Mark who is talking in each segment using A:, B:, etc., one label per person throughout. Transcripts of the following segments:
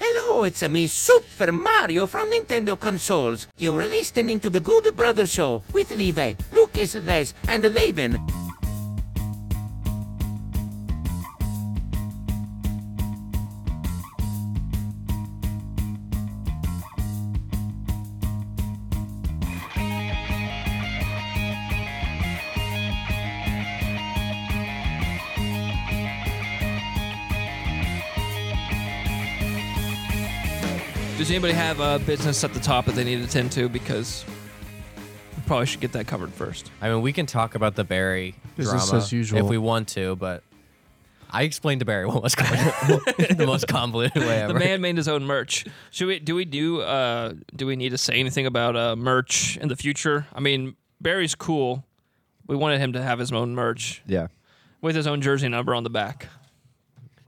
A: E Hello, it's me, Super Mario from Nintendo Consoles. You're listening to the Good Brother Show with Levi, Lucas, Les, and Laban.
B: Does anybody have a business at the top that they need to attend to? Because we probably should get that covered first.
C: I mean, we can talk about the Barry
D: Business
C: drama
D: as usual.
C: if we want to, but I explained to Barry what was convoluted, the most convoluted way
B: The
C: ever.
B: man made his own merch. Should we? Do we do? Uh, do we need to say anything about uh, merch in the future? I mean, Barry's cool. We wanted him to have his own merch
E: Yeah.
B: with his own jersey number on the back.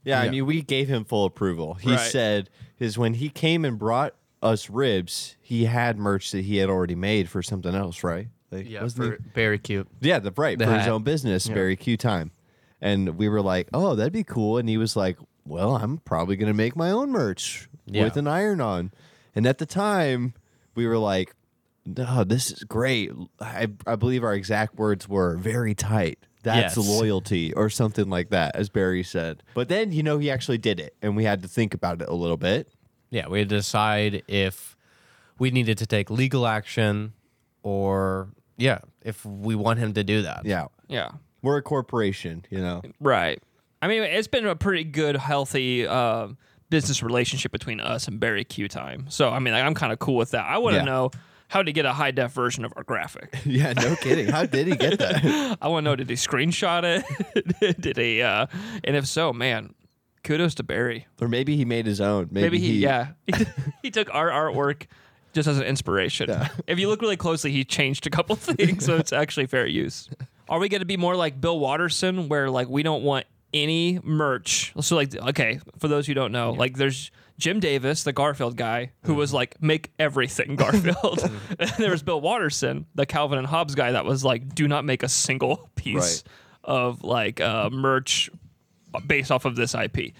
E: Yeah, I mean, we gave him full approval. He
B: Right.
E: said, "Is when he came and brought us ribs, he had merch that he had already made for something else, right? Like,
C: yeah,
E: wasn't he-
C: for Barry cute.
E: yeah, the right
C: The
E: for his
C: hat.
E: own business, Barry Q time." And we were like, "Oh, that'd be cool." And he was like, "Well, I'm probably gonna make my own merch
C: Yeah.
E: with an iron on." And at the time, we were like, "No, this is great." I I believe our exact words were very tight. That's
C: Yes.
E: loyalty or something like that, as Barry said. But then, you know, he actually did it and we had to think about it a little bit.
C: Yeah, we had to decide if we needed to take legal action or yeah, if we want him to do that.
E: Yeah.
B: Yeah.
E: We're a corporation, you know.
B: Right. I mean, it's been a pretty good, healthy uh, business relationship between us and Barry Q time. So, I mean, like, I'm kind of cool with that. I want to
E: Yeah.
B: know how to get a high def version of our graphic.
E: Yeah, no kidding. How did he get that?
B: I want to know did he screenshot it? did he? Uh, and if so, man, kudos to Barry.
E: or maybe he made his own. Maybe,
B: Maybe he, yeah, he, t- he took our artwork just as an inspiration. If you look really closely, he changed a couple things, so it's actually fair use. Are we going to be more like Bill Watterson, where like we don't want any merch? So like, okay, for those who don't know, like there's Jim Davis, the Garfield guy, who was like make everything Garfield, and there was Bill Watterson, the Calvin and Hobbes guy, that was like do not make a single piece
E: Right.
B: of like uh, merch based off of this IP.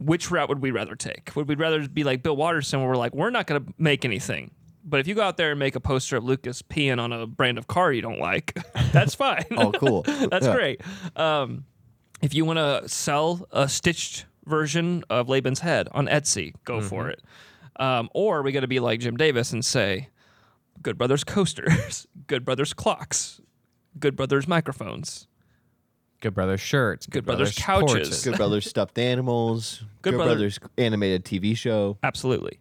B: Which route would we rather take? Would we rather be like Bill Watterson, where we're like, we're not going to make anything? But if you go out there and make a poster of Lucas peeing on a brand of car you don't like, that's fine.
E: Oh, cool.
B: that's
E: Yeah.
B: great. Um, if you want to sell a stitched version of Laban's head on Etsy, go
E: Mm-hmm.
B: for it. Um, or we got to be like Jim Davis and say, Good Brothers coasters, Good Brothers clocks, Good Brothers microphones,
C: Good Brothers shirts,
B: Good Brothers couches.
C: porches.
E: Good Brothers stuffed animals.
B: Good
E: Good,
B: Brother-
E: Brothers animated TV show.
B: Absolutely.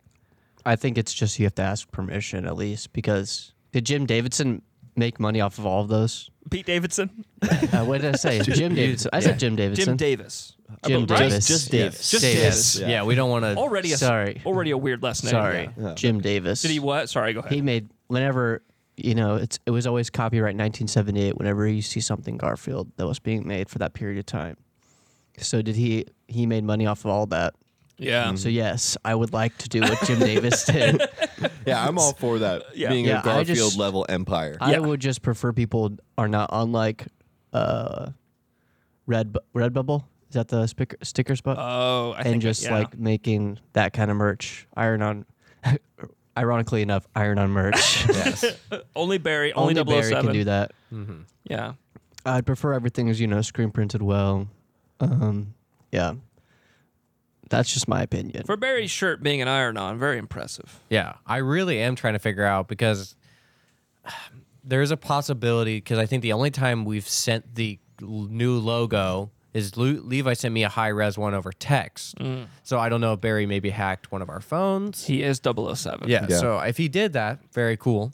F: I think it's just you have to ask permission at least because did Jim Davidson make money off of all of those?
B: Pete Davidson.
F: Uh, what did I say? Jim Davidson. I said Jim Davidson.
B: Jim Davis.
F: Jim
B: Right?
F: Davis.
E: Just Davis.
F: Yes.
E: Just
F: Davis.
E: Davis.
C: Yeah. we don't want to.
B: Already a
F: Sorry.
B: Already a weird last name.
F: Sorry,
B: Yeah.
F: Jim Davis.
B: Did he what? Sorry. Go ahead.
F: he made whenever you know it's it was always copyright 1978 whenever you see something garfield that was being made for that period of time so did he he made money off of all that
B: yeah.
F: so yes i would like to do what jim davis did
E: Yeah, I'm all for that.
B: Yeah.
E: Being
F: Yeah,
E: a
F: I
E: Garfield
F: just-
E: level empire.
F: i
B: Yeah.
F: would just prefer people are not unlike uh red Bu- redbubble is that the spicker, sticker spot
B: Oh, I
F: and
B: think
F: just
B: yeah.
F: like making that kind of merch iron on ironically enough iron on merch
C: Yes.
B: only Barry, only,
F: only, barry
B: 007.
F: can do that
B: Yeah.
F: I'd prefer everything is you know screen printed well. Um, yeah, that's just my opinion.
B: For Barry's shirt being an iron on, very impressive.
C: Yeah, I really am trying to figure out because there is a possibility because I think the only time we've sent the l- new logo is Lu- Levi sent me a high res one over text. So I don't know if Barry maybe hacked one of our
B: Mm.
C: phones.
B: He is 007.
C: yeah,
E: Yeah.
C: So if he did that, very cool.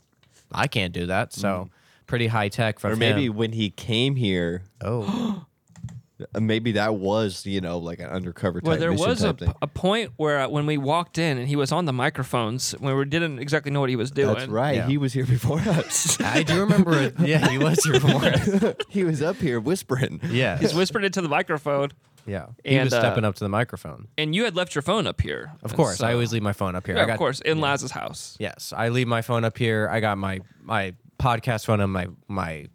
C: I can't do that.
B: Mm.
C: So pretty high tech from
E: or maybe
C: him.
E: when he came here,
C: Oh,
E: uh, maybe that was, you know, like an undercover type
B: Well, there
E: mission
B: was a,
E: type thing.
B: p- a point where uh, when we walked in and he was on the microphones when we didn't exactly know what he was doing.
E: That's right.
C: Yeah.
E: He was here before us.
C: I do remember. It. Yeah, he was here for. it.
E: he was up here whispering.
C: Yeah,
B: He's whispered into the microphone,
C: yeah. He
B: And,
C: was
B: uh,
C: stepping up to the microphone.
B: and you had left your phone up here.
C: Of course, I always leave my phone up here.
B: Yeah,
C: I got,
B: of course, in Laz's house.
C: Yes, I leave my phone up here. I got my my podcast phone on my my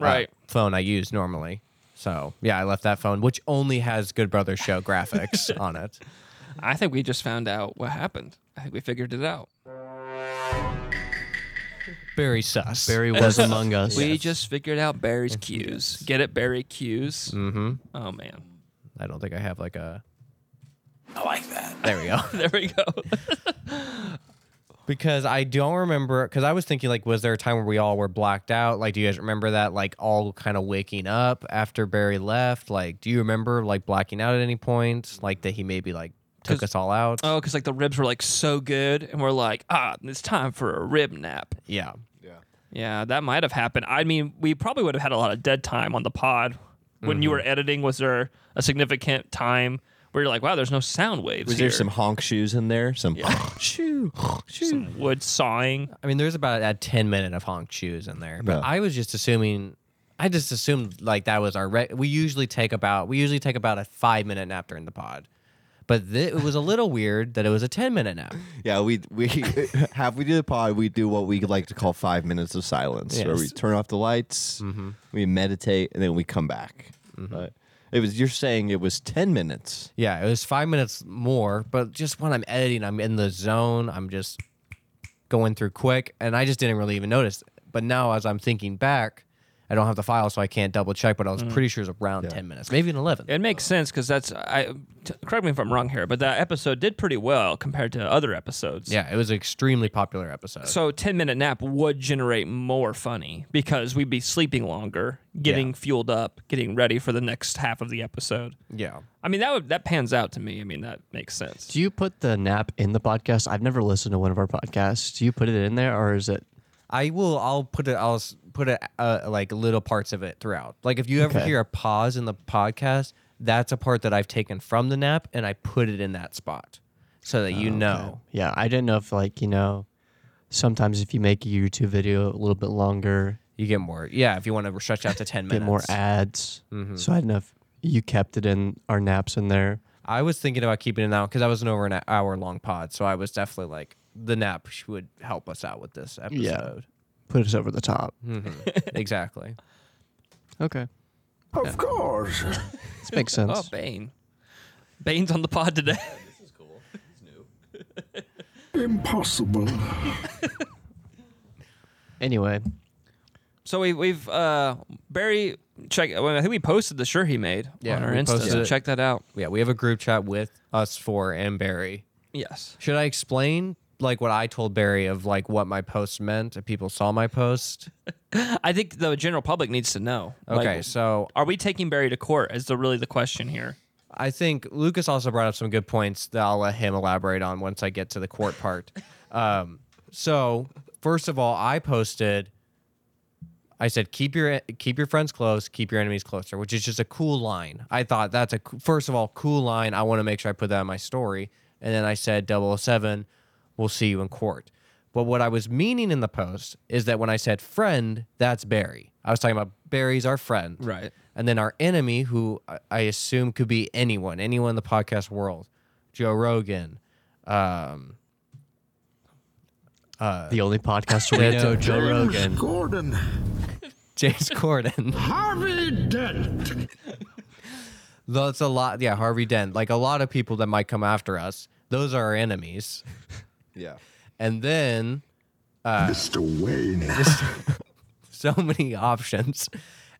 C: uh,
B: Right.
C: phone I use normally. So yeah, I left that phone, which only has Good Brothers Show graphics on it.
B: I think we just found out what happened. I think we figured it out.
C: Barry sus.
F: Barry was among us.
B: We just figured out Barry's cues. Get it, Barry cues.
C: Mm-hmm.
B: Oh man,
C: I don't think I have like a.
D: I like that.
C: There we go.
B: there we go.
C: because I don't remember. Because I was thinking like, was there a time where we all were blacked out? Like, do you guys remember that? Like, all kind of waking up after Barry left. Like, do you remember like blacking out at any point? Like that he maybe like took
B: 'Cause-
C: us all out.
B: oh, because like the ribs were like so good, and we're like, ah, it's time for a rib nap.
C: yeah.
B: Yeah, that might have happened. I mean, we probably would have had a lot of dead time on the pod. When
E: Mm-hmm.
B: you were editing, was there a significant time where you're like, wow, there's no sound waves?
E: Was
B: here.
E: there some honk shoes in there? Some shoo, shoo.
B: Some wood sawing?
C: I mean, there's about a 10 minute of honk shoes in there, but
E: Yeah.
C: I was just assuming. I just assumed like that was our. Re- we usually take about we usually take about a five minute nap during the pod, but th- it was a little weird that it was a 10 minute nap.
E: Yeah, we we half we do the pod. We do what we like to call five minutes of silence, where we
C: Yes.
E: turn off the lights, we meditate, and then we come back. But it was you're saying it was ten minutes.
C: Yeah, it was five minutes more, but just when I'm editing, I'm in the zone. I'm just going through quick, and I just didn't really even notice. But now, as I'm thinking back, I don't have the file, so I can't double check. But I was pretty sure it was around ten minutes, maybe an eleven.
B: It makes sense because that's, I t- correct me if I'm wrong here, but that episode did pretty well compared to other episodes.
C: yeah, it was an extremely popular episode.
B: So 10 minute nap would generate more funny because we'd be sleeping longer, getting fueled up, getting ready for the next half of the episode.
C: yeah,
B: I mean, that would, that pans out to me. I mean, that makes sense.
F: Do you put the nap in the podcast? I've never listened to one of our podcasts. Do you put it in there, or is it?
C: I will. I'll put it. I'll s- put it uh, like little parts of it throughout. Like if you ever
F: Okay.
C: hear a pause in the podcast, that's a part that I've taken from the nap, and I put it in that spot so that
F: Oh,
C: you know.
F: Yeah, I didn't know if like you know, sometimes if you make a YouTube video a little bit longer,
C: You get more. Yeah, if you want to stretch out to 10 minutes. Mm-hmm.
F: get more ads. So I didn't know if you kept it in our naps in there.
C: I was thinking about keeping it out because I was an over an hour long pod. So I was definitely like, the nap sh- would help us out with this episode.
F: Put us over the top.
C: exactly. Mm-hmm.
F: Okay,
D: Of course.
F: this makes sense.
B: Oh, Bane. Bane's on the pod today.
D: Impossible.
F: Anyway,
B: So we, we've uh, Barry check. well, I think we posted the shirt he made
C: Yeah,
B: on our
C: we
B: Insta.
C: posted
B: So
C: it.
B: check that out.
C: Yeah, we have a group chat with us four and Barry.
B: Yes.
C: Should I explain like what I told Barry of like what my post meant if people saw my post?
B: I think the general public needs to know. Like,
C: Okay, so
B: are we taking Barry to court? Is the really the question here?
C: I think Lucas also brought up some good points that I'll let him elaborate on once I get to the court part. um, so first of all, I posted. I said, keep your keep your friends close, keep your enemies closer, which is just a cool line. I thought that's a coo- first of all cool line. I want to make sure I put that in my story. And then I said, 007, we'll see you in court. But what I was meaning in the post is that when I said friend, that's Barry. I was talking about Barry's our friend,
B: Right.
C: and then our enemy, who I- I assume could be anyone, anyone in the podcast world, Joe Rogan. Um,
F: the only podcast where we
C: Uh, know
F: know Joe Rogan.
D: Gordon.
C: James Corden.
D: Harvey Dent.
C: That's a lot. Yeah, Harvey Dent. Like a lot of people that might come after us. Those are our enemies.
E: Yeah.
C: And then Uh,
D: Mr. Wayne.
C: so many options.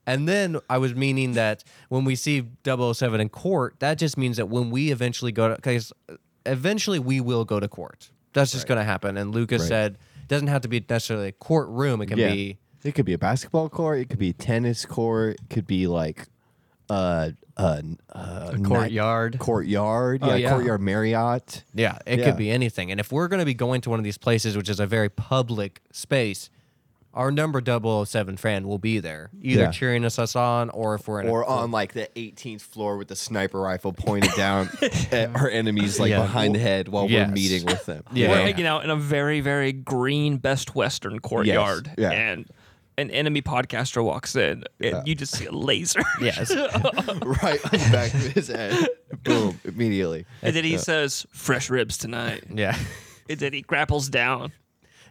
C: And then I was meaning that when we see 007 in court, that just means that when we eventually go to, because eventually we will go to court. That's just going to happen. And Lucas
E: Right.
C: said, it doesn't have to be necessarily a courtroom. It can
E: yeah.
C: be
E: It could be a basketball court. It could be a tennis court. It could be like uh, uh, uh, a
F: courtyard.
E: courtyard. Yeah,
C: yeah.
E: courtyard Marriott.
C: Yeah, it
E: Yeah.
C: could be anything. And if we're going to be going to one of these places, which is a very public space, our number 007 fan will be there, either
E: Yeah.
C: cheering us, us on, or if we're in
E: Or
C: a,
E: on like the 18th floor with the sniper rifle pointed down at our enemies, like
F: Yeah.
E: behind the head while
C: Yes.
E: we're meeting with them.
C: Yeah.
B: We're hanging out in a very very green Best Western courtyard,
E: Yeah.
B: and an enemy podcaster walks in, and you just see a laser.
C: Yes.
E: right on the back of his head. Boom! Immediately.
B: and then he says, "Fresh ribs tonight."
C: yeah.
B: And then he grapples down.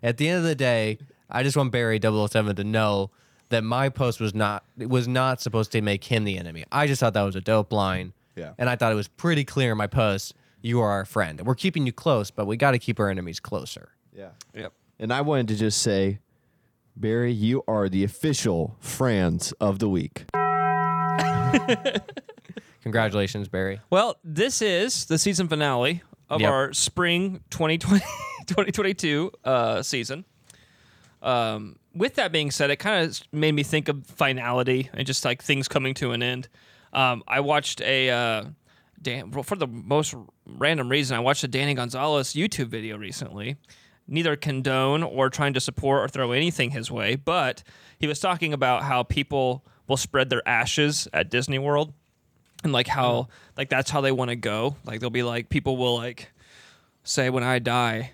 C: At the end of the day, I just want Barry 007 to know that my post was not it was not supposed to make him the enemy. I just thought that was a dope line.
E: Yeah.
C: And I thought it was pretty clear in my post you are our friend. We're keeping you close, but we got to keep our enemies closer.
E: Yeah.
B: Yep.
E: And I wanted to just say, Barry, you are the official Franz of the week.
C: Congratulations, Barry.
B: Well, this is the season finale of
C: Yep.
B: our spring 2020, 2022 uh, season. Um, with that being said, it kind of made me think of finality and just like things coming to an end. Um, I watched a uh, Dan, well, for the most random reason, I watched a Danny Gonzalez YouTube video recently. Neither condone or trying to support or throw anything his way, but he was talking about how people will spread their ashes at Disney World and like how like that's how they want to go. Like they'll be like people will like say when I die,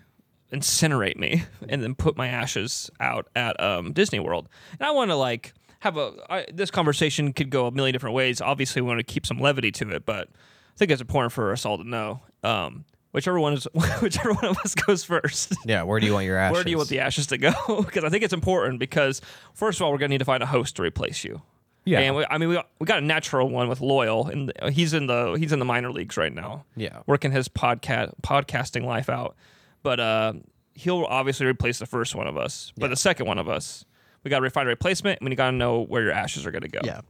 B: incinerate me and then put my ashes out at um, Disney World. And I want to like have a I, this conversation could go a million different ways. Obviously, we want to keep some levity to it, but I think it's important for us all to know. Um, whichever one is whichever one of us goes first.
C: Yeah, where do you want your ashes?
B: Where do you want the ashes to go? Because I think it's important. Because first of all, we're gonna need to find a host to replace you.
C: Yeah.
B: and we, I mean we got, we got a natural one with Loyal, and he's in the he's in the minor leagues right now.
C: Yeah.
B: working his podcast podcasting life out, but uh, he'll obviously replace the first one of us, but the second one of us, we got to find a replacement, and we got to know where your ashes are gonna go.
F: Yeah.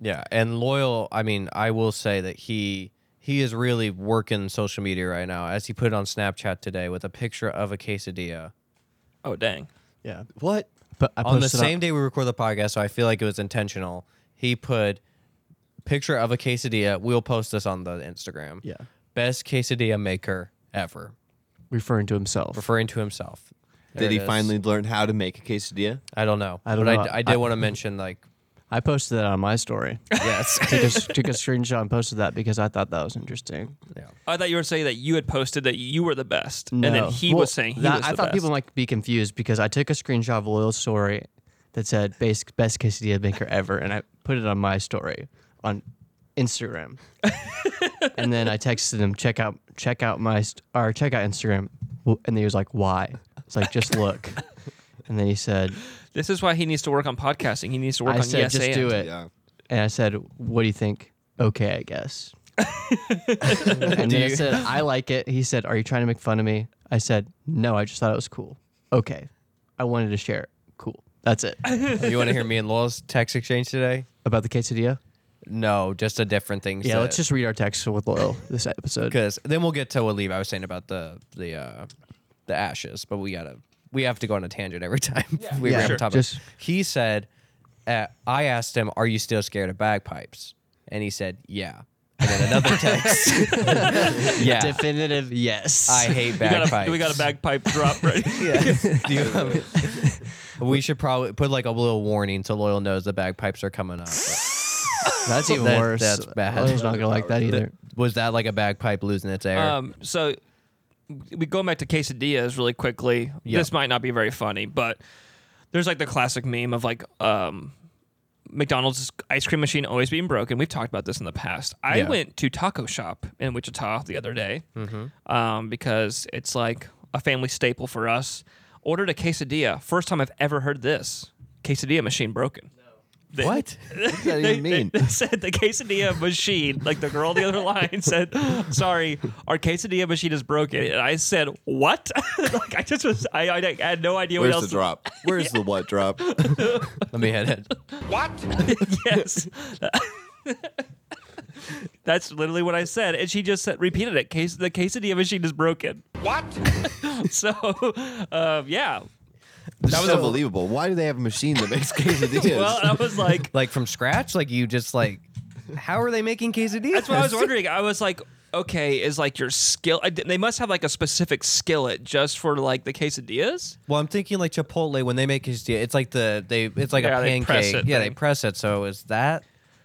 C: Yeah, and loyal. I mean, I will say that he he is really working social media right now, as he put it on Snapchat today with a picture of a quesadilla.
B: Oh dang.
F: Yeah.
C: What?
F: But I
C: on the
F: posted
C: same day we record the podcast, so I feel like it was intentional. He put picture of a quesadilla. We'll post this on the Instagram.
F: Yeah.
C: best quesadilla maker ever,
F: referring to himself.
C: referring to himself. There
E: Did
C: it
E: he
C: is.
E: finally learn how to make a quesadilla?
C: I don't know.
F: I don't
C: but
F: know.
C: I, I did
F: I-
C: want to mention like
F: I posted that on my story.
C: yes.
F: took, a, took a screenshot and posted that because I thought that was interesting.
B: I thought you were saying that you had posted that you were the best, and then
F: No.
B: he
F: Well,
B: was saying he
F: that-
B: was
F: I
B: the
F: thought
B: best.
F: people might be confused because I took a screenshot of Loyal's story that said best, best quesadilla maker ever, and I put it on my story on Instagram. and then I texted him, check out, check out my, st- or check out Instagram, W- and he was like, why? It's like just look. And then he said,
B: This is why he needs to work on podcasting. He needs to work
F: I
B: on
F: said,
B: yes
F: just
B: and.
F: do it. And I said, what do you think? Okay, I guess. and then I said, I like it. He said, are you trying to make fun of me? I said, no, I just thought it was cool. Okay. I wanted to share it. Cool. That's it.
C: you want to hear me and Loyal's text exchange today?
F: About the quesadilla?
C: No, just a different thing.
F: Yeah, let's just read our text with Loyal this episode.
C: because then we'll get to what Levi was saying about the the uh, the ashes, but we gotta we have to go on a tangent every time we
F: Yeah,
C: were
F: sure.
C: topic.
F: Just-
C: he said, uh, I asked him, "Are you still scared of bagpipes?" And he said, "Yeah." And then another text, "Yeah,
F: Definitive yes.
C: I hate
B: We got a-
C: bagpipes."
B: we got a bagpipe drop right.
C: Do you have- we should probably put like a little warning so Loyal knows the bagpipes are coming up.
F: that's even
C: That-
F: worse.
C: that's bad.
F: Loyal's not going to like that either.
C: Was that like a bagpipe losing its air?
B: Um, so we going back to quesadillas really quickly. This might not be very funny, but there's like the classic meme of like um, McDonald's ice cream machine always being broken. We've talked about this in the past. I
C: Yeah.
B: went to Taco Shop in Wichita the other day um, because it's like a family staple for us. Ordered a quesadilla. First time I've ever heard this quesadilla machine broken. They-
E: What? what does that even
B: they,
E: mean?
B: they said the quesadilla machine, like the girl on the other line said, "Sorry, our quesadilla machine is broken." And I said, "What?" like I just was, I, I had no idea what
E: Where's
B: else.
E: the drop? Where's the what drop?
C: Let me hit it.
B: yes, that's literally what I said, and she just said, repeated it. Case the quesadilla machine is broken. What? so, um, yeah.
E: This
B: was
E: is
B: a-
E: unbelievable. Why do they have a machine that makes quesadillas?
B: Well, uh, I was like,
C: Like from scratch? Like you just like, how are they making quesadillas?
B: That's what I was wondering. I was like, okay, is like your skill? I did- They must have like a specific skillet just for like the quesadillas.
C: Well, I'm thinking like Chipotle when they make quesadilla, it's like the they it's like
B: Yeah,
C: a
B: they
C: pancake.
B: press it
C: yeah, they
B: thing.
C: press it. So is that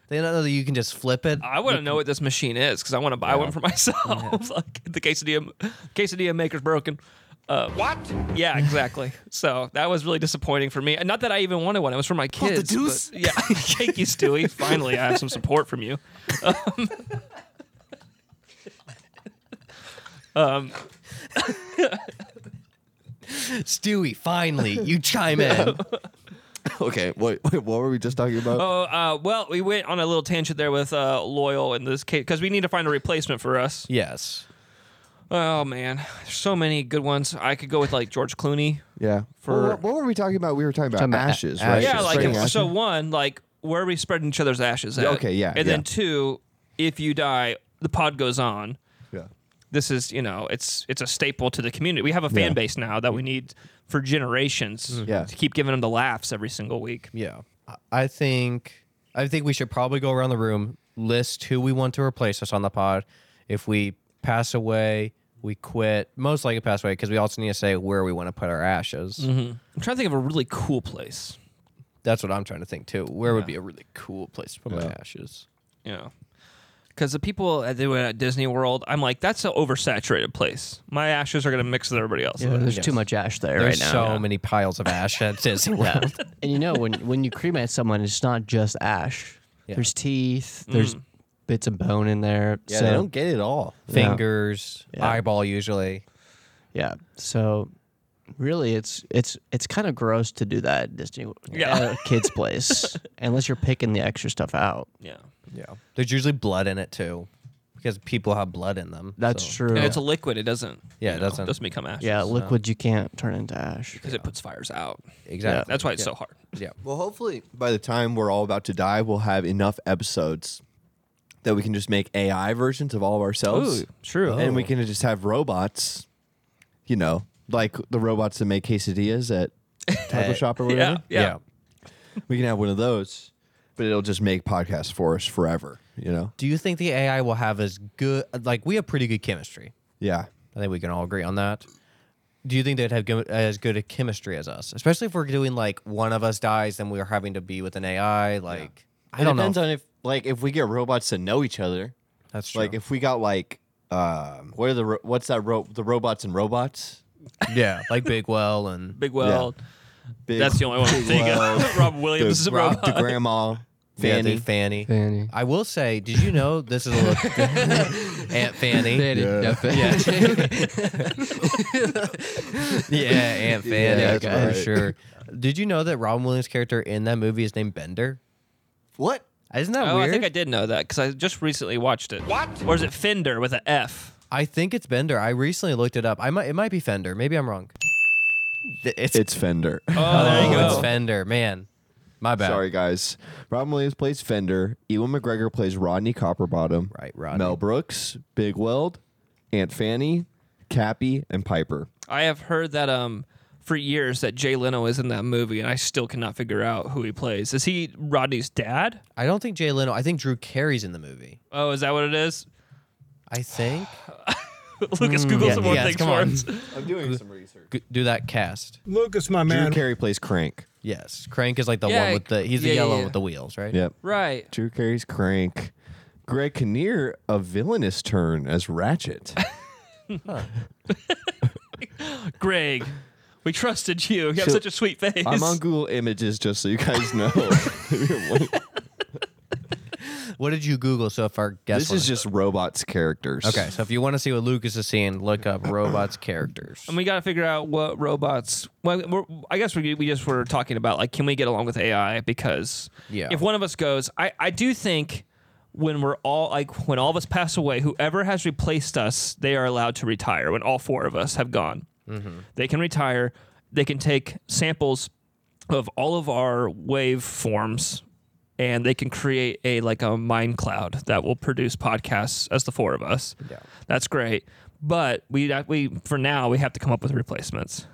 C: they don't know that you can just flip it?
B: I want to know what this machine is because I want to buy one for myself. like the quesadilla, quesadilla maker's broken. Uh, what? Yeah, exactly. so that was really disappointing for me. And not that I even wanted one; it was for my kids. but-
E: deuce?
B: yeah, thank you, Stewie. Finally, I have some support from you.
C: Stewie, finally, you chime in.
E: okay, wait, wait, what were we just talking about?
B: Oh, uh, well, we went on a little tangent there with uh, Loyal in this case because we need to find a replacement for us.
C: Yes.
B: Oh man, there's so many good ones. I could go with like George Clooney.
E: yeah.
B: for-
E: Well, what, what were we talking about? We were talking about,
F: Talking about a-
E: ashes, right?
B: Yeah, like
E: Spreading
B: if,
E: ashes?
B: so one like where are we spreading each other's ashes at?
E: okay, yeah,
B: And
E: yeah.
B: then two, if you die, the pod goes on.
E: Yeah.
B: This is you know it's it's a staple to the community. We have a fan
E: Yeah.
B: base now that we need for generations.
E: Yeah.
B: to keep giving them the laughs every single week.
C: Yeah. I- I think I think we should probably go around the room, list who we want to replace us on the pod. If we pass away, we quit. Most likely pass away because we also need to say where we want to put our ashes.
B: I'm trying to think of a really cool place.
C: That's what I'm trying to think too. Where would be a really cool place to put my ashes?
B: Yeah. Because the people at, the, at Disney World, I'm like, that's an oversaturated place. My ashes are going to mix with everybody else.
F: Yeah, there's too much ash there
C: There's
F: right now.
C: so many piles of ash at Disney World.
F: And you know, when when you cremate someone, it's not just ash. There's teeth. There's bits of bone in there.
E: Yeah,
F: so,
E: they don't get it all.
C: Fingers,
F: Yeah.
C: eyeball usually.
F: Yeah. So really, it's it's it's kind of gross to do that at Disney
B: Yeah.
F: uh, kids place unless you're picking the extra stuff out.
B: Yeah.
C: Yeah. There's usually blood in it too. Because people have blood in them.
F: That's
C: so-
F: true.
B: And it's a liquid. It doesn't.
C: Yeah,
B: you
C: it
B: know,
C: doesn't-
B: doesn't become ashes.
F: yeah, liquid you can't turn into ash.
B: Because it puts fires out.
C: Exactly.
B: That's why it's so hard.
C: Yeah.
E: Well, hopefully, by the time we're all about to die, we'll have enough episodes that we can just make AI versions of all of ourselves.
B: Ooh, true.
E: And we can just have robots, you know, like the robots that make quesadillas at Taco Shop or
B: Yeah.
E: whatever.
B: Yeah.
E: We can have one of those, but it'll just make podcasts for us forever, you know?
C: Do you think the AI will have as good like we have pretty good chemistry?
E: Yeah.
C: I think we can all agree on that. Do you think they'd have go- as good a chemistry as us, especially if we're doing like one of us dies, then we're having to be with an AI? Like I
E: it
C: don't
E: depends
C: know.
E: on if, like, if we get robots to know each other.
C: That's true.
E: Like, if we got, like, um, what are the, ro- what's that, ro- the robots and robots?
C: yeah, like Big Well and
B: Big Well.
E: Big
B: That's the only one I'm thinking of. Rob Williams is a
E: Rob
B: robot.
E: the grandma,
C: Yeah,
E: Fanny.
C: dude, Fanny. I will say, did you know this is a little Aunt Fanny? Yeah, Aunt Fanny
E: Yeah, that's
C: for
E: right.
C: sure. Did you know that Robin Williams' character in that movie is named Bender?
E: What?
C: Isn't that
B: Oh,
C: weird?
B: I think I did know that because I just recently watched it. What? Or is it Fender with an F?
C: I think it's Bender. I recently looked it up. I might it might be Fender. Maybe I'm wrong. Th- It's
E: It's Fender.
B: Oh, there you
C: oh, it's
B: go.
C: Fender. Man, my bad.
E: Sorry, guys. Robin Williams plays Fender. Ewan McGregor plays Rodney Copperbottom.
C: Right, Rodney.
E: Mel Brooks, Big Weld, Aunt Fanny, Cappy, and Piper.
B: I have heard that um for years that Jay Leno is in that movie, and I still cannot figure out who he plays. Is he Rodney's dad?
C: I don't think Jay Leno. I think Drew Carey's in the movie.
B: Oh, is that what it is?
C: I think.
B: Lucas, Google some more
C: yes,
B: things
C: come
B: for
C: on.
B: us.
E: I'm doing some research.
C: G- Do that cast.
G: Lucas, my
E: Drew
G: man.
E: Carey plays Crank.
C: Yes, Crank is like the
B: Yeah,
C: one with the. He's
B: yeah,
C: the
B: yeah,
C: yellow
B: yeah.
C: with the wheels, right?
E: Yep.
B: Right.
E: Drew Carey's Crank. Greg Kinnear, a villainous turn as Ratchet.
B: Greg, we trusted you. You have
E: So,
B: such a sweet face.
E: I'm on Google Images just so you guys know.
C: What did you Google so far? Guess
E: this is just robots characters.
C: okay. So if you want to see what Lucas is seeing, look up robots characters.
B: and we got to figure out what robots. Well, we're, I guess we, we just were talking about like, can we get along with AI? Because
C: Yeah.
B: if one of us goes, I, I do think when we're all like, when all of us pass away, whoever has replaced us, they are allowed to retire. When all four of us have gone, they can retire. They can take samples of all of our waveforms and they can create a like a mind cloud that will produce podcasts as the four of us. Yeah. That's great. But we we for now we have to come up with replacements.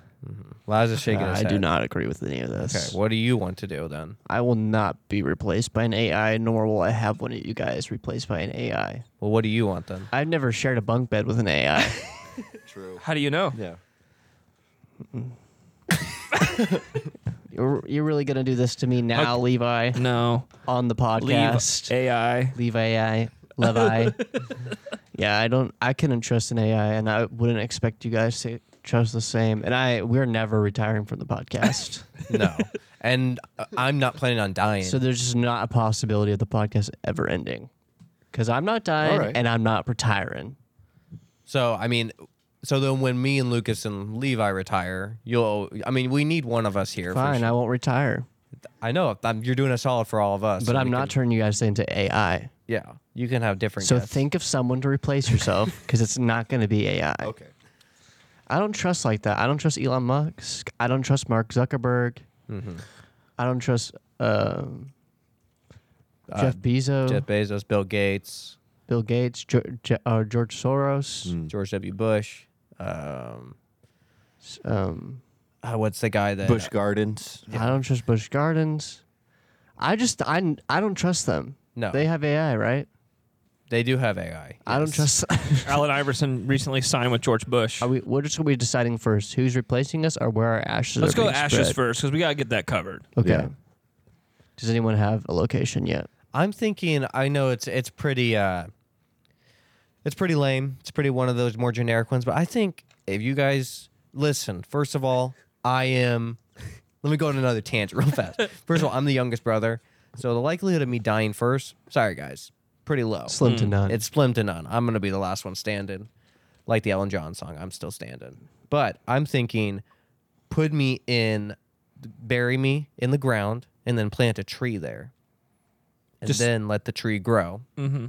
C: Liza shaking. his
F: I do
C: head.
F: not agree with any of this.
C: Okay, what do you want to do then?
F: I will not be replaced by an AI, nor will I have one of you guys replaced by an AI.
C: Well, what do you want then?
F: I've never shared a bunk bed with an AI.
E: True.
B: How do you know?
E: Yeah.
F: you're, you're really gonna do this to me now, Levi,
B: No.
F: on the podcast.
B: Leave AI.
F: Levi, I, Levi. yeah, I don't. I couldn't trust an AI, and I wouldn't expect you guys to trust the same. And I, we're never retiring from the podcast,
C: No, and uh, I'm not planning on dying.
F: so there's just not a possibility of the podcast ever ending. Because I'm not dying,
E: Alright.
F: and I'm not retiring.
C: So I mean, so then when me and Lucas and Levi retire, you'll. I mean, we need one of us here. for
F: Fine,
C: sure.
F: I won't retire.
C: I know I'm, you're doing a solid for all of us.
F: But
C: and
F: I'm
C: we
F: not
C: can-
F: turning you guys into AI.
C: yeah, you can have different.
F: So
C: guests.
F: think of someone to replace yourself because it's not going to be AI.
E: Okay.
F: I don't trust like that. I don't trust Elon Musk. I don't trust Mark Zuckerberg. I don't trust um Jeff Bezos,
C: Jeff Bezos, Bill Gates,
F: Bill Gates, jo- Je- uh, George Soros.
C: George W. Bush. Um,
F: Um,
C: uh, what's the guy that
E: Bush Gardens.
F: I don't trust Bush Gardens. I just I, I don't trust them.
C: No.
F: they have AI, right?
C: They do have AI.
F: I don't
C: yes.
F: trust.
B: Allen Iverson recently signed with George Bush.
F: are we? We're just gonna be deciding first who's replacing us or where our ashes.
B: Let's
F: are
B: go
F: being
B: ashes
F: spread.
B: first because we gotta get that covered.
F: Okay.
E: Yeah.
F: Does anyone have a location yet?
C: I'm thinking. I know it's it's pretty. Uh, it's pretty lame. It's pretty one of those more generic ones. But I think if you guys listen, first of all, I am. Let me go on another tangent real fast. First of all, I'm the youngest brother, so the likelihood of me dying first, sorry guys, pretty low.
F: Slim to none.
C: It's slim to none. I'm gonna be the last one standing, like the Ellen John song. I'm still standing. But I'm thinking, put me in, bury me in the ground, and then plant a tree there, and
B: Just-
C: then let the tree grow. Mm-hmm.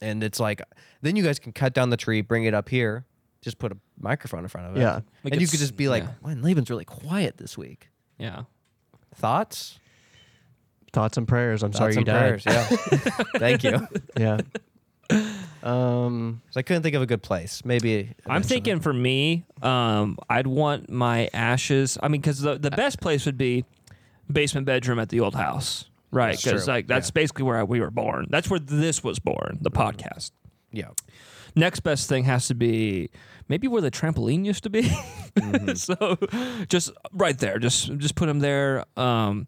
C: And it's like, then you guys can cut down the tree, bring it up here, just put a microphone in front of it.
F: Yeah.
B: Like
C: and you
B: it's-
C: could just be like,
B: yeah.
C: "Man, Laban's really quiet this week."
B: Yeah.
C: Thoughts?
F: Thoughts and prayers. I'm sorry
C: Thoughts
F: you
C: and prayers.
F: died.
C: Yeah. Thank you.
F: Yeah. um.
C: So I couldn't think of a good place. Maybe uh,
B: I'm thinking for me, um, I'd want my ashes. I mean, because the,
C: Uh,
B: the best place would be basement bedroom at the old house, right?
C: That's true,
B: Because like that's
C: yeah. Mm-hmm.
B: basically where I, we were born. That's where this was born, the podcast.
C: Yeah.
B: Next best thing has to be maybe where the trampoline used to be.
C: Mm-hmm.
B: so just right there, just just put him there, um,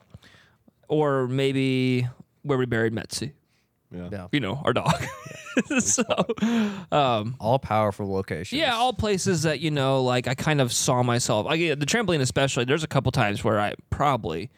B: or maybe where we buried Metzi.
E: Yeah.
C: Yeah.
B: You know, our dog. so.
C: All powerful locations.
B: Yeah, all places that you know, like I kind of saw myself. I the trampoline, especially. There's a couple times where I probably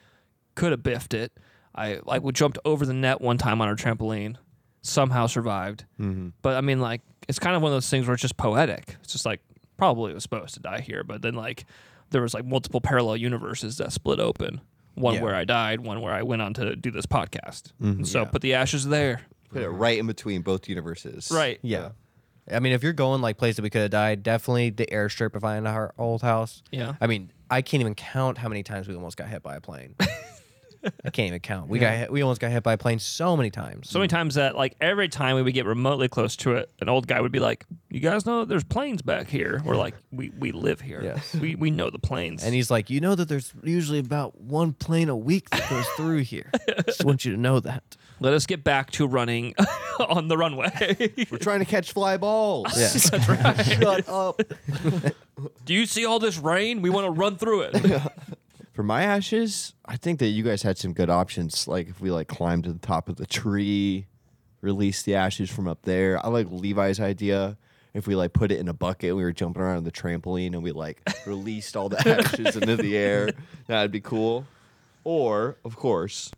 B: could have biffed it. I like we jumped over the net one time on our trampoline, somehow survived. But I mean, like it's kind of one of those things where it's just poetic. It's just like probably was supposed to die here, but then like there was like multiple parallel universes that split open. One
C: Yeah.
B: where I died, one where I went on to do this podcast. And so put the ashes there.
E: Put it right in between both universes.
B: Right.
C: Yeah. I mean, if you're going like places we could have died, definitely the airstrip behind our old house.
B: Yeah.
C: I mean, I can't even count how many times we almost got hit by a plane. I can't even count. We got hit, we almost got hit by a plane so many times.
B: so many times that like every time we would get remotely close to it, an old guy would be like, "You guys know there's planes back here." We're like, "We we live here.
C: Yes.
B: We we know the planes."
C: and he's like, you know that there's usually about one plane a week that goes through here. Just want you to know that.
B: Let us get back to running on the runway.
E: We're trying to catch fly balls.
C: Yeah.
E: Shut up.
B: Do you see all this rain? We want to run through it.
E: For my ashes, I think that you guys had some good options. Like if we like climbed to the top of the tree, release the ashes from up there. I like Levi's idea. If we like put it in a bucket, and we were jumping around on the trampoline and we like released all the ashes into the air. That'd be cool. Or, of course,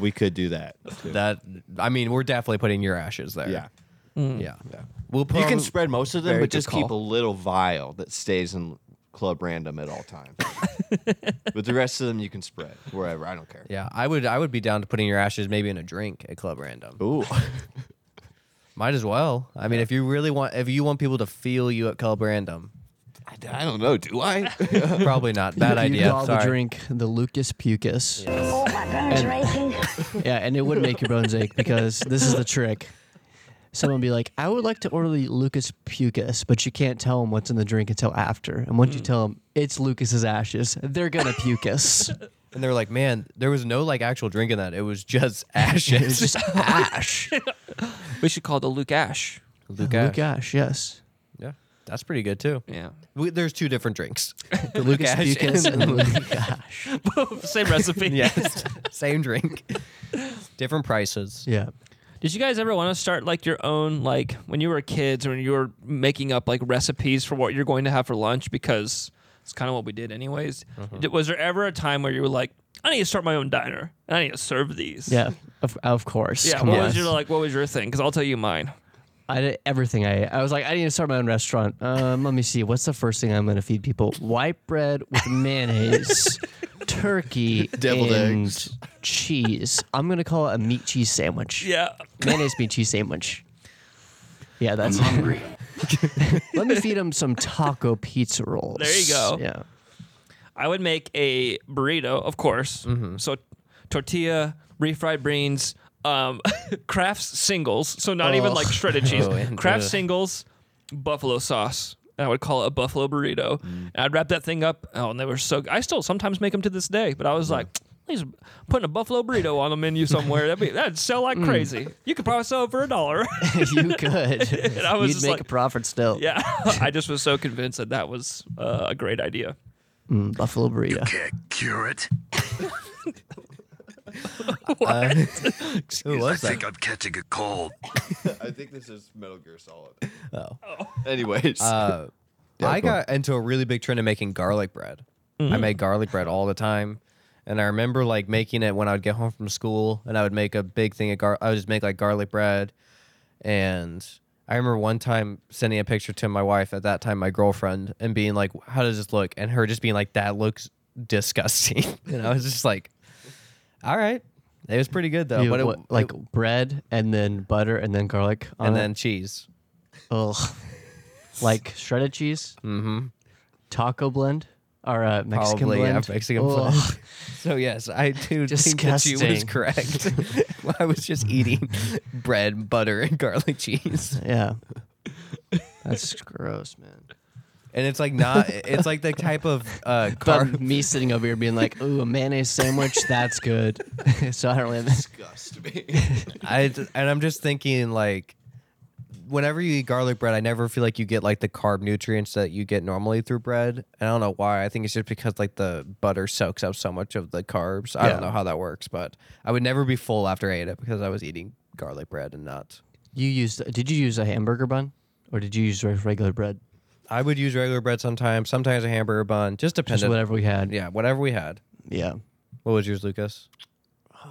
E: we could do that. too.
C: That I mean, we're definitely putting your ashes there.
E: Yeah.
C: yeah.
E: Yeah.
C: We'll put
E: You can spread most of them,
B: Very
E: but
B: good
E: just keep a
B: call.
E: little vial that stays in club random at all times. but the rest of them you can spread wherever. I don't care.
C: Yeah, I would. I would be down to putting your ashes maybe in a drink at Club Random.
E: Ooh.
C: Might as well. I mean, if you really want, if you want people to feel you at Club Random,
E: I, I don't know. Do I?
C: probably not. Bad
F: you
C: idea.
F: Call the
C: Sorry.
F: drink the Lucas Pucus. Yeah.
G: Oh, my bones
F: And-
G: racing.
F: and it would make your bones ache because this is the trick. Someone be like, I would like to order the Lucas Pucus, but you can't tell them what's in the drink until after. And once you
C: Mm.
F: tell them it's Lucas's ashes, they're gonna pucus.
C: And they're like, man, there was no like actual drink in that. It was just ashes.
F: it's just ash.
B: we should call it the Luke Ash.
C: Luke ash.
F: Luke ash, yes.
C: Yeah, that's pretty good too.
B: Yeah,
C: We, there's two different drinks.
F: The Lucas
C: ash
F: Pucus
C: and
F: and the Luke ash.
B: same recipe.
C: yes, same drink, different prices.
F: Yeah.
B: Did you guys ever want to start like your own like when you were kids or when you were making up like recipes for what you're going to have for lunch because it's kind of what we did anyways.
F: Mm-hmm.
B: Did- was there ever a time where you were like, I need to start my own diner and I need to serve these?
F: Yeah. Of, of course.
B: Yeah.
F: Come
B: What
F: on.
B: was your like? What was your thing? Because I'll tell you mine.
F: I did everything I I was like, I need to start my own restaurant. Um, let me see. What's the first thing I'm going to feed people? White bread with mayonnaise, turkey,
E: Deviled
F: and
E: eggs.
F: cheese. I'm going to call it a meat cheese sandwich.
B: Yeah.
F: Mayonnaise meat cheese sandwich. Yeah, that's
D: Hungry.
F: Let me feed them some taco pizza rolls.
B: There you go.
F: Yeah.
B: I would make a burrito, of course. So tortilla, refried beans, um, Kraft's singles. So not even like shredded cheese.
C: and-
B: Kraft
C: ugh.
B: singles, buffalo sauce. And I would call it a buffalo burrito. And I'd wrap that thing up. Oh, and they were so. I still sometimes make them to this day, but I was like. Please putting a buffalo burrito on the menu somewhere. That'd, be, that'd sell like crazy. You could probably sell it for a dollar.
F: you could.
B: I was
F: You'd
B: just
F: make
B: like-
F: a profit still.
B: yeah, I just was so convinced that that was uh, a great idea.
F: Mm, buffalo burrito.
G: Cure it.
C: Who was
G: I
C: that?
G: think I'm catching a cold.
E: I think this is Metal Gear Solid. Oh. Anyways.
C: Uh,
E: Yeah,
C: I
E: go
C: got into a really big trend of making garlic bread. I made garlic bread all the time. And I remember like making it when I would get home from school and I would make a big thing of gar I would just make like garlic bread. And I remember one time sending a picture to my wife at that time, my girlfriend, and being like, How does this look? And her just being like, That looks disgusting. and I was just like, All right. It was pretty good though.
F: You
C: but it,
F: what, like bread and then butter and then garlic on
C: and
F: it?
C: then cheese.
F: Ugh. like shredded cheese. Mm-hmm. Taco blend or uh, Mexican
C: Probably, yeah,
F: blend.
C: Mexican
F: Ugh.
C: blend. So yes, I do think that you was
F: Disgusting.
C: correct. I was just eating bread, butter, and garlic cheese,
F: Yeah. That's gross, man.
C: and it's like not. It's like the type of uh, car.
F: But me sitting over here being like, "Ooh, a mayonnaise sandwich. That's good." so I don't really.
C: I d- and I'm just thinking like, whenever you eat garlic bread, I never feel like you get like the carb nutrients that you get normally through bread. And I don't know why. I think it's just because like the butter soaks up so much of the carbs. I don't know how that works, but I would never be full after I ate it because I was eating garlic bread and not
F: You used? Did you use a hamburger bun, or did you use re- regular bread?
C: I would use regular bread sometimes, sometimes a hamburger bun, just depended.
F: Just whatever we had.
C: Yeah, whatever we had.
F: Yeah.
C: What was yours, Lucas?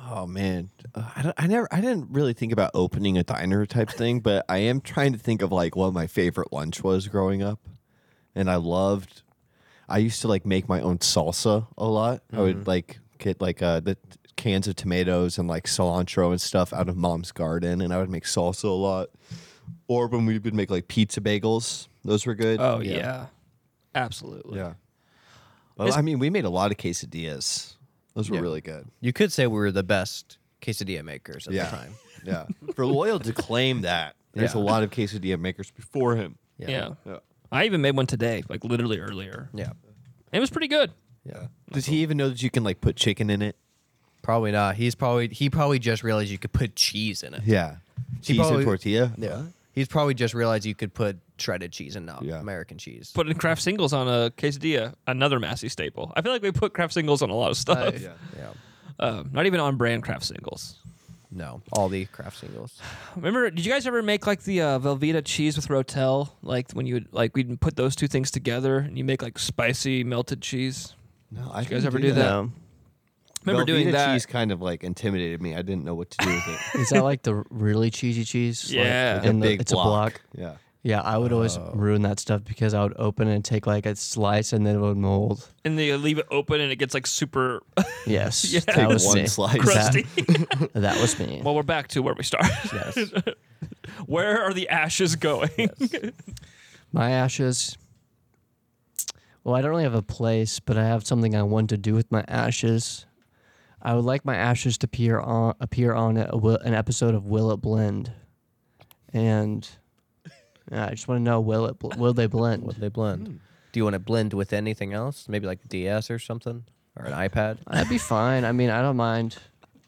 E: Oh man, Uh, I, don't- I never I didn't really think about opening a diner type thing, but I am trying to think of like what my favorite lunch was growing up, and I loved. I used to like make my own salsa a lot. I
B: Mm-hmm.
E: would like get like uh, the t- cans of tomatoes and like cilantro and stuff out of mom's garden, and I would make salsa a lot. Or when we would make like pizza bagels, those were good.
B: Oh yeah, absolutely.
E: yeah. Well, I mean, we made a lot of quesadillas. Those were really good.
C: You could say we were the best quesadilla makers at
E: yeah.
C: the time.
E: Yeah. For Loyal to claim that, there's a
C: Yeah.
E: lot of quesadilla makers before him.
B: Yeah. I even made one today, like literally earlier.
C: Yeah.
B: It was pretty good.
C: Yeah.
E: Does he even know that you can like put chicken in it?
C: Probably not. He's probably he probably just realized you could put cheese in it.
E: Yeah. Cheese
C: probably-
E: and tortilla?
C: Yeah. He's probably just realized you could put shredded cheese and not
E: Yeah.
C: American cheese.
B: Put in Kraft singles on a quesadilla, another Massey staple. I feel like we put Kraft singles on a lot of stuff.
E: yeah.
C: yeah.
B: Um, not even on brand Kraft singles.
C: No. All the craft singles.
B: Remember, did you guys ever make like the uh, Velveeta cheese with Rotel? Like when you would, like we'd put those two things together and you make like spicy melted cheese.
E: No, I
B: Did you guys ever do that?
F: Um,
B: Remember doing
E: Velveeta
B: that?
E: cheese kind of like intimidated me. I didn't know what to do with it.
F: Is that like the really cheesy cheese? Like,
B: Yeah. Like a
F: in the-
E: Big
F: it's a block. Oh.
E: Yeah.
F: Yeah, I would always ruin that stuff because I would open it and take like a slice and then it would mold.
B: And then you leave it open and it gets like super
F: Yes, that
E: Take
F: was
E: one
F: me.
E: slice.
B: crusty.
F: That, that was me.
B: well, we're back to where we started.
F: yes.
B: Where are the ashes going?
F: My ashes. Well, I don't really have a place, but I have something I want to do with my ashes. I would like my ashes to appear on appear on a, wi- an episode of Will It Blend, and yeah, I just want to know will it bl- will they blend?
C: They blend.
E: Hmm.
C: Do you want to blend with anything else? Maybe like DS or something? Or an iPad?
F: That'd be fine. I mean, I don't mind.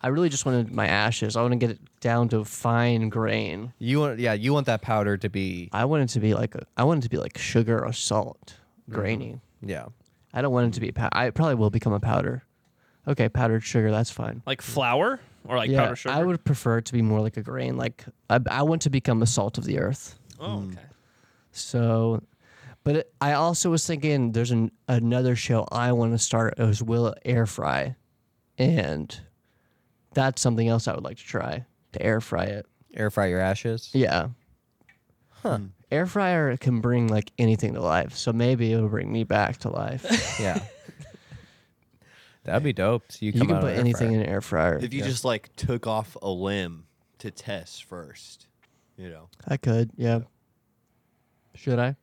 F: I really just wanted my ashes. I want to get it down to fine grain.
C: You want yeah, you want that powder to be
F: I want it to be like a, I want it to be like sugar or salt,
E: Mm-hmm.
F: grainy.
C: yeah.
F: I don't want it to be. Pow- I it probably will become a powder. Okay, powdered sugar. That's fine.
B: like flour or like
F: yeah,
B: powdered sugar?
F: I would prefer it to be more like a grain. Like I, I want to become the salt of the earth.
B: Oh, okay.
F: So, but it, I also was thinking there's an, another show I want to start. It was Will It Air Fry, and that's something else I would like to try to air fry it.
C: Air fry your ashes.
F: Yeah, Air fryer can bring like anything to life, so maybe it'll bring me back to life.
C: Yeah. That'd be dope. So you,
F: you
C: come
F: can
C: out of
F: put
C: an air
F: anything
C: fryer.
F: in an air fryer.
E: If you just like took off a limb to test first, you know.
F: I could, yeah. Should I?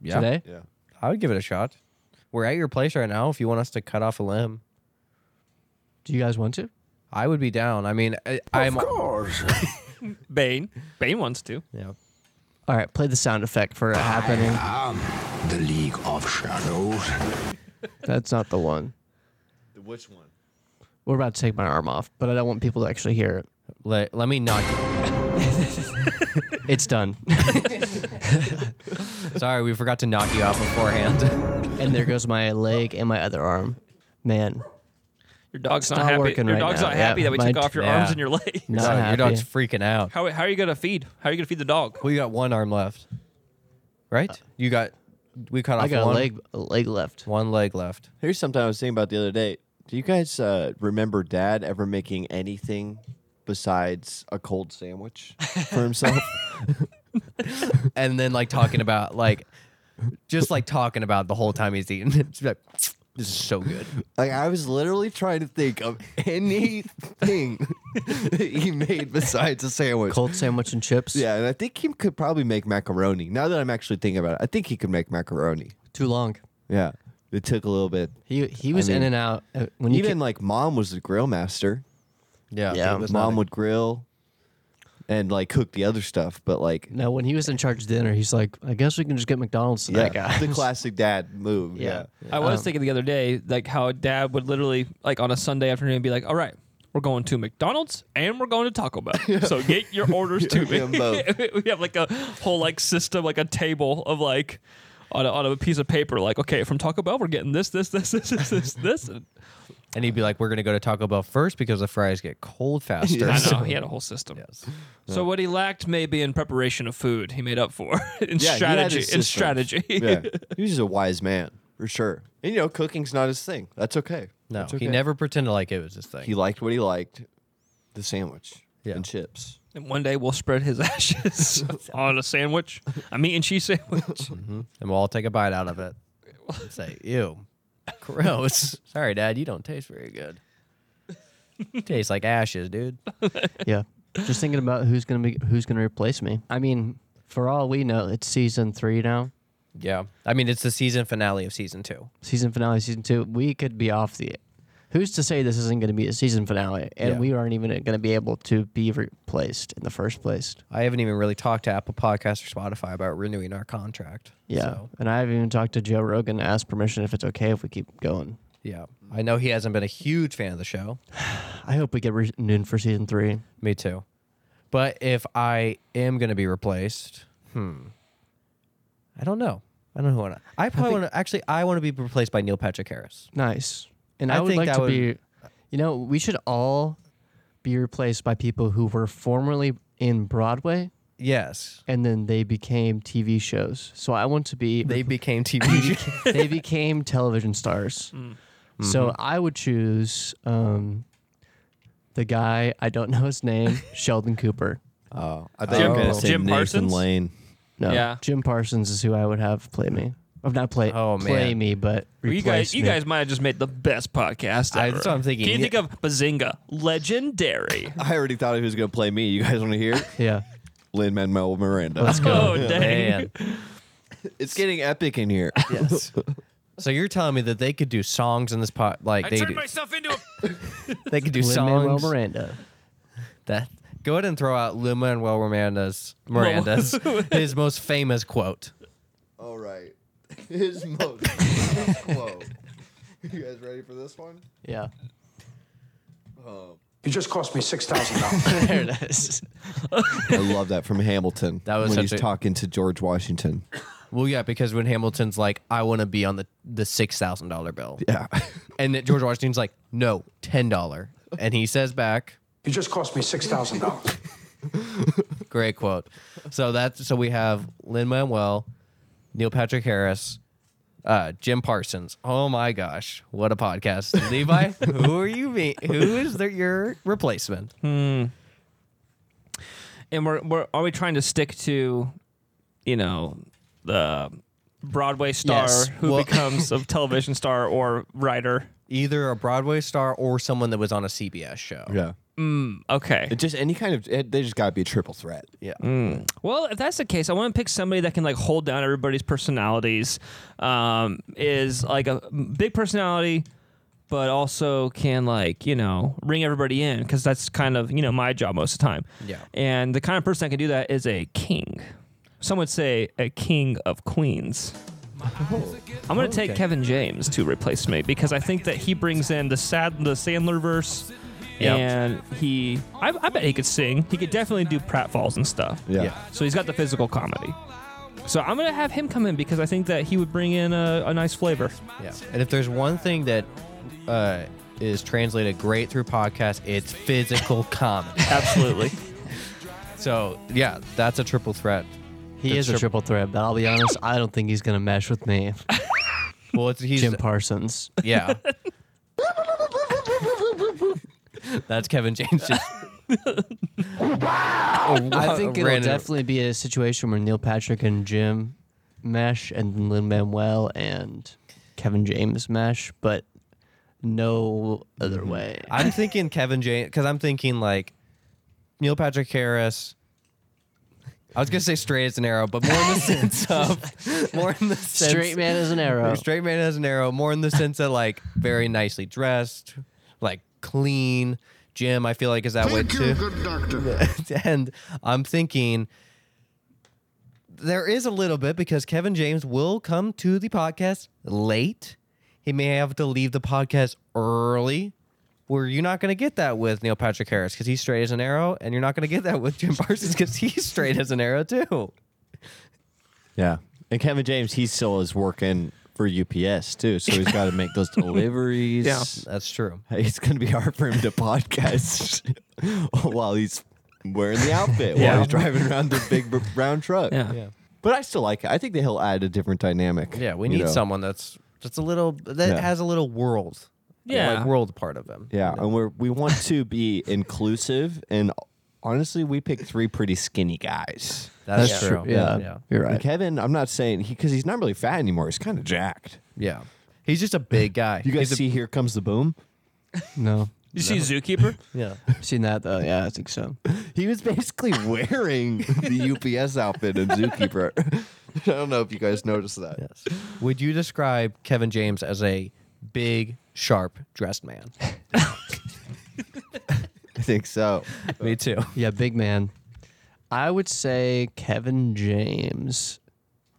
C: yeah.
F: Today?
E: Yeah.
C: I would give it a shot. We're at your place right now. If you want us to cut off a limb,
F: Do you guys want to?
C: I would be down. I mean, I, I'm.
D: Of course.
B: Bane. Bane wants to.
C: Yeah.
F: All right, play the sound effect for it happening.
G: The League of Shadows.
F: That's not the one.
E: Which one?
F: We're about to take my arm off, but I don't want people to actually hear it.
C: Let, let me knock.
F: It's done.
C: Sorry, we forgot to knock you out beforehand.
F: and there goes my leg and my other arm. Man,
B: Your dog's not,
F: not
B: happy.
F: working
B: Your
F: right
B: dog's
F: now.
B: not happy
F: Yeah,
B: that we
F: my
B: took
F: d-
B: off your
C: yeah.
B: arms and your legs.
F: not
C: Sorry,
F: happy.
C: your dog's freaking out.
B: How, how are you gonna feed? How are you gonna feed the dog?
C: We got one arm left, right? you got. We cut off
F: Uh, I got
C: one
F: a leg, a leg left.
C: One leg left.
E: Here's something I was thinking about the other day. Do you guys uh, remember Dad ever making anything besides a cold sandwich for himself?
C: and then like talking about like just like talking about the whole time he's eating. It's like, this is so good.
E: like I was literally trying to think of anything that he made besides a sandwich.
F: Cold sandwich and chips.
E: Yeah, and I think he could probably make macaroni. Now that I'm actually thinking about it, I think he could make macaroni.
F: Too long.
E: Yeah, it took a little bit.
F: He he was in
E: mean,
F: and out uh, when you
E: Even
F: ca-
E: like mom was the grill master.
C: Yeah,
F: Yeah.
C: it was
E: mom
C: not-
E: would grill and like cook the other stuff, but like
F: no when he was in charge of dinner, he's like, I guess we can just get McDonald's
E: yeah,
F: tonight, guys.
E: the classic dad move.
F: Yeah.
E: Yeah.
B: I was thinking the other day, like how dad would literally, like on a Sunday afternoon, be like, "All right, we're going to McDonald's and we're going to Taco Bell, so get your orders to
E: Them
B: me."
E: both.
B: we have like a whole like system, like a table of like on a, on a piece of paper, like, "Okay, from Taco Bell, we're getting this, this, this, this, this, this." this. And
C: and he'd be like, "We're gonna go to Taco Bell first because the fries get cold faster."
B: I know he had a whole system. So what he lacked maybe in preparation of food, he made up for in
E: Yeah, he had
B: strategy.
E: his
B: In
E: systems.
B: strategy,
E: Yeah. He was just a wise man, for sure. And you know, cooking's not his thing. That's okay.
C: No,
E: That's
C: he
E: okay.
C: never pretended like it was his thing.
E: He liked what he liked, the sandwich
C: Yeah.
E: and chips.
B: and one day we'll spread his ashes on a sandwich, a meat and cheese sandwich.
C: and we'll all take a bite out of it. and say, "Ew, gross." Sorry, Dad, you don't taste very good. Tastes like ashes, dude.
F: yeah, just thinking about who's gonna be who's gonna replace me. I mean, for all we know, it's season three now.
C: Yeah, I mean, it's the season finale of season two.
F: season finale, season two, we could be off the. Who's to say this isn't going to be a season finale, and
C: Yeah.
F: we aren't even going to be able to be replaced in the first place?
C: I haven't even really talked to Apple Podcasts or Spotify about renewing our contract.
F: Yeah,
C: So,
F: and I haven't even talked to Joe Rogan to ask permission if it's okay if we keep going.
C: yeah. I know he hasn't been a huge fan of the show.
F: I hope we get renewed for season three.
C: Me too. But if I am going to be replaced, hmm. I don't know. I don't know who I want to. I probably want to. Actually, I want to be replaced by Neil Patrick Harris.
F: Nice, and I,
C: I
F: would
C: think
F: like
C: that
F: to
C: would-
F: be. You know, we should all be replaced by people who were formerly in Broadway
C: Yes.
F: and then they became TV shows. So I want to be
C: They became TV.
F: they became television stars.
B: Mm.
F: So
C: Mm-hmm.
F: I would choose um, the guy I don't know his name, Sheldon Cooper.
E: Oh, I thought
B: Jim-
E: you were gonna say
B: Jim
E: Nathan
B: Parsons?
E: Lane.
F: No,
B: Yeah.
F: Jim Parsons is who I would have play me. Of not play,
C: Oh,
F: play
C: man.
F: me, but
B: Well,
F: replace
B: you guys, you
F: me.
B: guys might have just made the best podcast
C: I-
B: ever.
C: that's what I'm thinking.
B: Can you
C: Yeah.
B: think of Bazinga? Legendary. Oh,
E: I already thought he was gonna play me. You guys want to hear?
F: yeah,
E: Lin Manuel Miranda.
B: oh dang!
C: Man.
E: It's getting epic in here.
C: yes. So you're telling me that they could do songs in this pot like they do,
B: myself into a.
C: they could do
F: Lin-Manuel
C: songs
F: Miranda.
C: that go ahead and throw out Lin Manuel Miranda's Miranda's his most famous quote.
E: All right. His most quote. You guys ready for this one?
F: Yeah,
H: You just cost me six thousand dollars.
F: there it is.
E: I love that from Hamilton.
C: That was
E: when
C: such
E: he's
C: a-
E: talking to George Washington.
C: Well, yeah, because when Hamilton's like, I want to be on the the six thousand dollar bill,
E: Yeah.
C: and then George Washington's like, no, ten dollar, and he says back,
H: You just cost me six thousand dollars.
C: great quote. So that's so we have Lin Manuel, Neil Patrick Harris, uh, Jim Parsons. Oh my gosh, what a podcast, Levi. Who are you? Be- who is the, your replacement?
B: And we're, we're are we trying to stick to you know, the Broadway star
C: Yes.
B: who
C: Well-
B: becomes a television star or writer.
C: Either a Broadway star or someone that was on a CBS show.
E: Yeah.
B: Okay.
E: It just any kind of it, they just got to be a triple threat.
C: Yeah.
B: Well, if that's the case, I want to pick somebody that can like hold down everybody's personalities. Um, is like a big personality, but also can like you know ring everybody in because that's kind of you know my job most of the time.
C: Yeah.
B: And the kind of person that can do that is a king. Some would say a king of queens. I'm gonna take Kevin James to replace me because I think that he brings in the sad the Sandler verse.
C: Yep.
B: And he, I, I bet he could sing. He could definitely do pratfalls and stuff.
E: yeah.
B: So he's got the physical comedy. So I'm gonna have him come in because I think that he would bring in a, a nice flavor.
C: Yeah. And if there's one thing that uh, is translated great through podcasts, it's physical comedy.
B: Absolutely.
C: So yeah, that's a triple threat.
F: He is a
C: trip-
F: triple threat, but I'll be honest, I don't think he's gonna mesh with me,
C: Well, it's he's
F: Jim Parsons.
C: yeah. that's Kevin James. just-
F: I think it'll
C: ran it-
F: definitely be a situation where Neil Patrick and Jim mesh, and Lin Manuel and Kevin James mesh, but no
C: Mm-hmm.
F: other way.
C: I'm thinking Kevin James because I'm thinking like Neil Patrick Harris. I was gonna say straight as an arrow, but more in the sense of more in the sense
F: Straight man as an arrow.
C: Straight man as an arrow, more in the sense of like very nicely dressed, like clean. Jim, I feel like is that way
D: Thank you,
C: too.
D: good doctor.
C: and I'm thinking there is a little bit because Kevin James will come to the podcast late. He may have to leave the podcast early. Where you're not going to get that with Neil Patrick Harris because he's straight as an arrow, and you're not going to get that with Jim Parsons because he's straight as an arrow too.
E: Yeah. And Kevin James, he still is working for UPS too, so he's got to make those deliveries.
B: Yeah.
C: That's true.
E: Hey, It's gonna be hard for him to podcast while he's wearing the outfit
B: Yeah.
E: while he's driving around the big b- brown truck.
B: Yeah.
E: But I still like it. I think that he'll add a different dynamic.
C: Yeah, we
E: you
C: need
E: know?
C: someone that's that's a little that
E: Yeah.
C: has a little world.
B: Yeah.
C: like world part of him.
E: Yeah, and we're we want to be inclusive, and honestly, we picked three pretty skinny guys.
C: that's,
F: That's
C: true.
F: true. Yeah.
C: yeah,
F: You're
E: And
F: right.
E: Kevin, I'm not saying he because he's not really fat anymore. He's kind of jacked.
C: yeah. He's just a big guy.
E: You guys
C: He's a-
E: see, here comes the boom.
F: No,
B: You see Zookeeper?
C: yeah.
F: seen that though. Yeah, I think so.
E: He was basically wearing the UPS outfit in Zookeeper. I don't know if you guys noticed that.
C: Would you describe Kevin James as a big, sharp, dressed man?
E: I think so.
C: Me too.
F: Yeah, big man. I would say Kevin James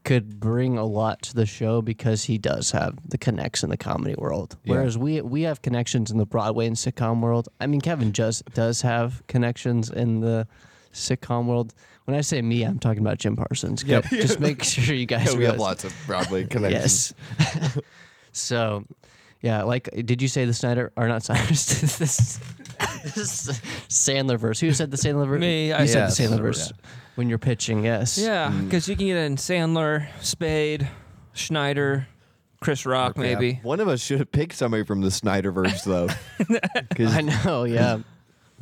F: could bring a lot to the show because he does have the connects in the comedy world. Whereas we we have connections in the Broadway and sitcom world. I mean, Kevin just does have connections in the sitcom world. When I say me, I'm talking about Jim Parsons. Yep. Just make sure you guys
E: Yeah, we have
F: realize-
E: lots of Broadway connections.
F: Yes. so, yeah, like, did you say the Snyder or not Snyder? this, this Sandler verse. Who said the Sandler verse?
B: Me,
F: You
B: I
F: said
C: Yes.
F: the Sandler verse when you're pitching. Yes.
B: Yeah, because you can get in Sandler, Spade, Schneider, Chris Rock, maybe.
E: One of us should have picked somebody from the Snyderverse, though. 'Cause,
F: I know. Yeah.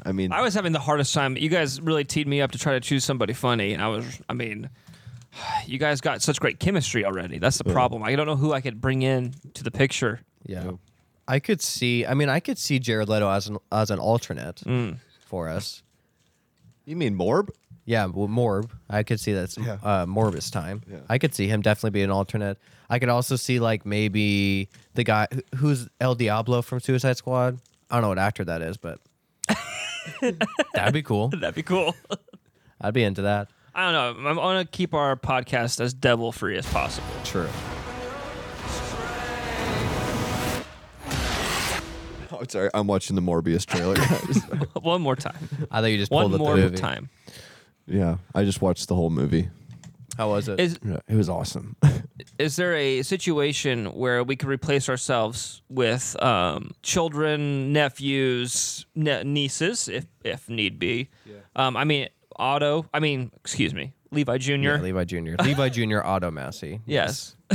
E: I mean,
B: I was having the hardest time. You guys really teed me up to try to choose somebody funny, and I was, I mean, you guys got such great chemistry already. That's the problem. I don't know who I could bring in to the picture.
C: Yeah. I could see. I mean, I could see Jared Leto as an as an alternate for us.
E: you mean Morb?
C: Yeah, well, Morb. I could see that's
E: Yeah.
C: uh, Morbus time. I could see him definitely be an alternate. I could also see like maybe the guy who- who's El Diablo from Suicide Squad. I don't know what actor that is, but that'd be cool.
B: That'd be cool.
C: I'd be into that.
B: I don't know. I'm gonna keep our podcast as devil free as possible.
C: True.
E: Oh, sorry. I'm watching the Morbius trailer.
B: One more time.
C: I thought you just
B: One
C: pulled up
B: more
C: the movie.
B: time.
E: yeah, I just watched the whole movie.
C: How was it?
B: Is
E: Yeah, it was awesome.
B: is there a situation where we could replace ourselves with um, children, nephews, ne- nieces, if if need be? Um, I mean, Otto. I mean, excuse me, Levi Jr.
C: Yeah, Levi Jr. Levi Jr. Otto Massey.
B: yes.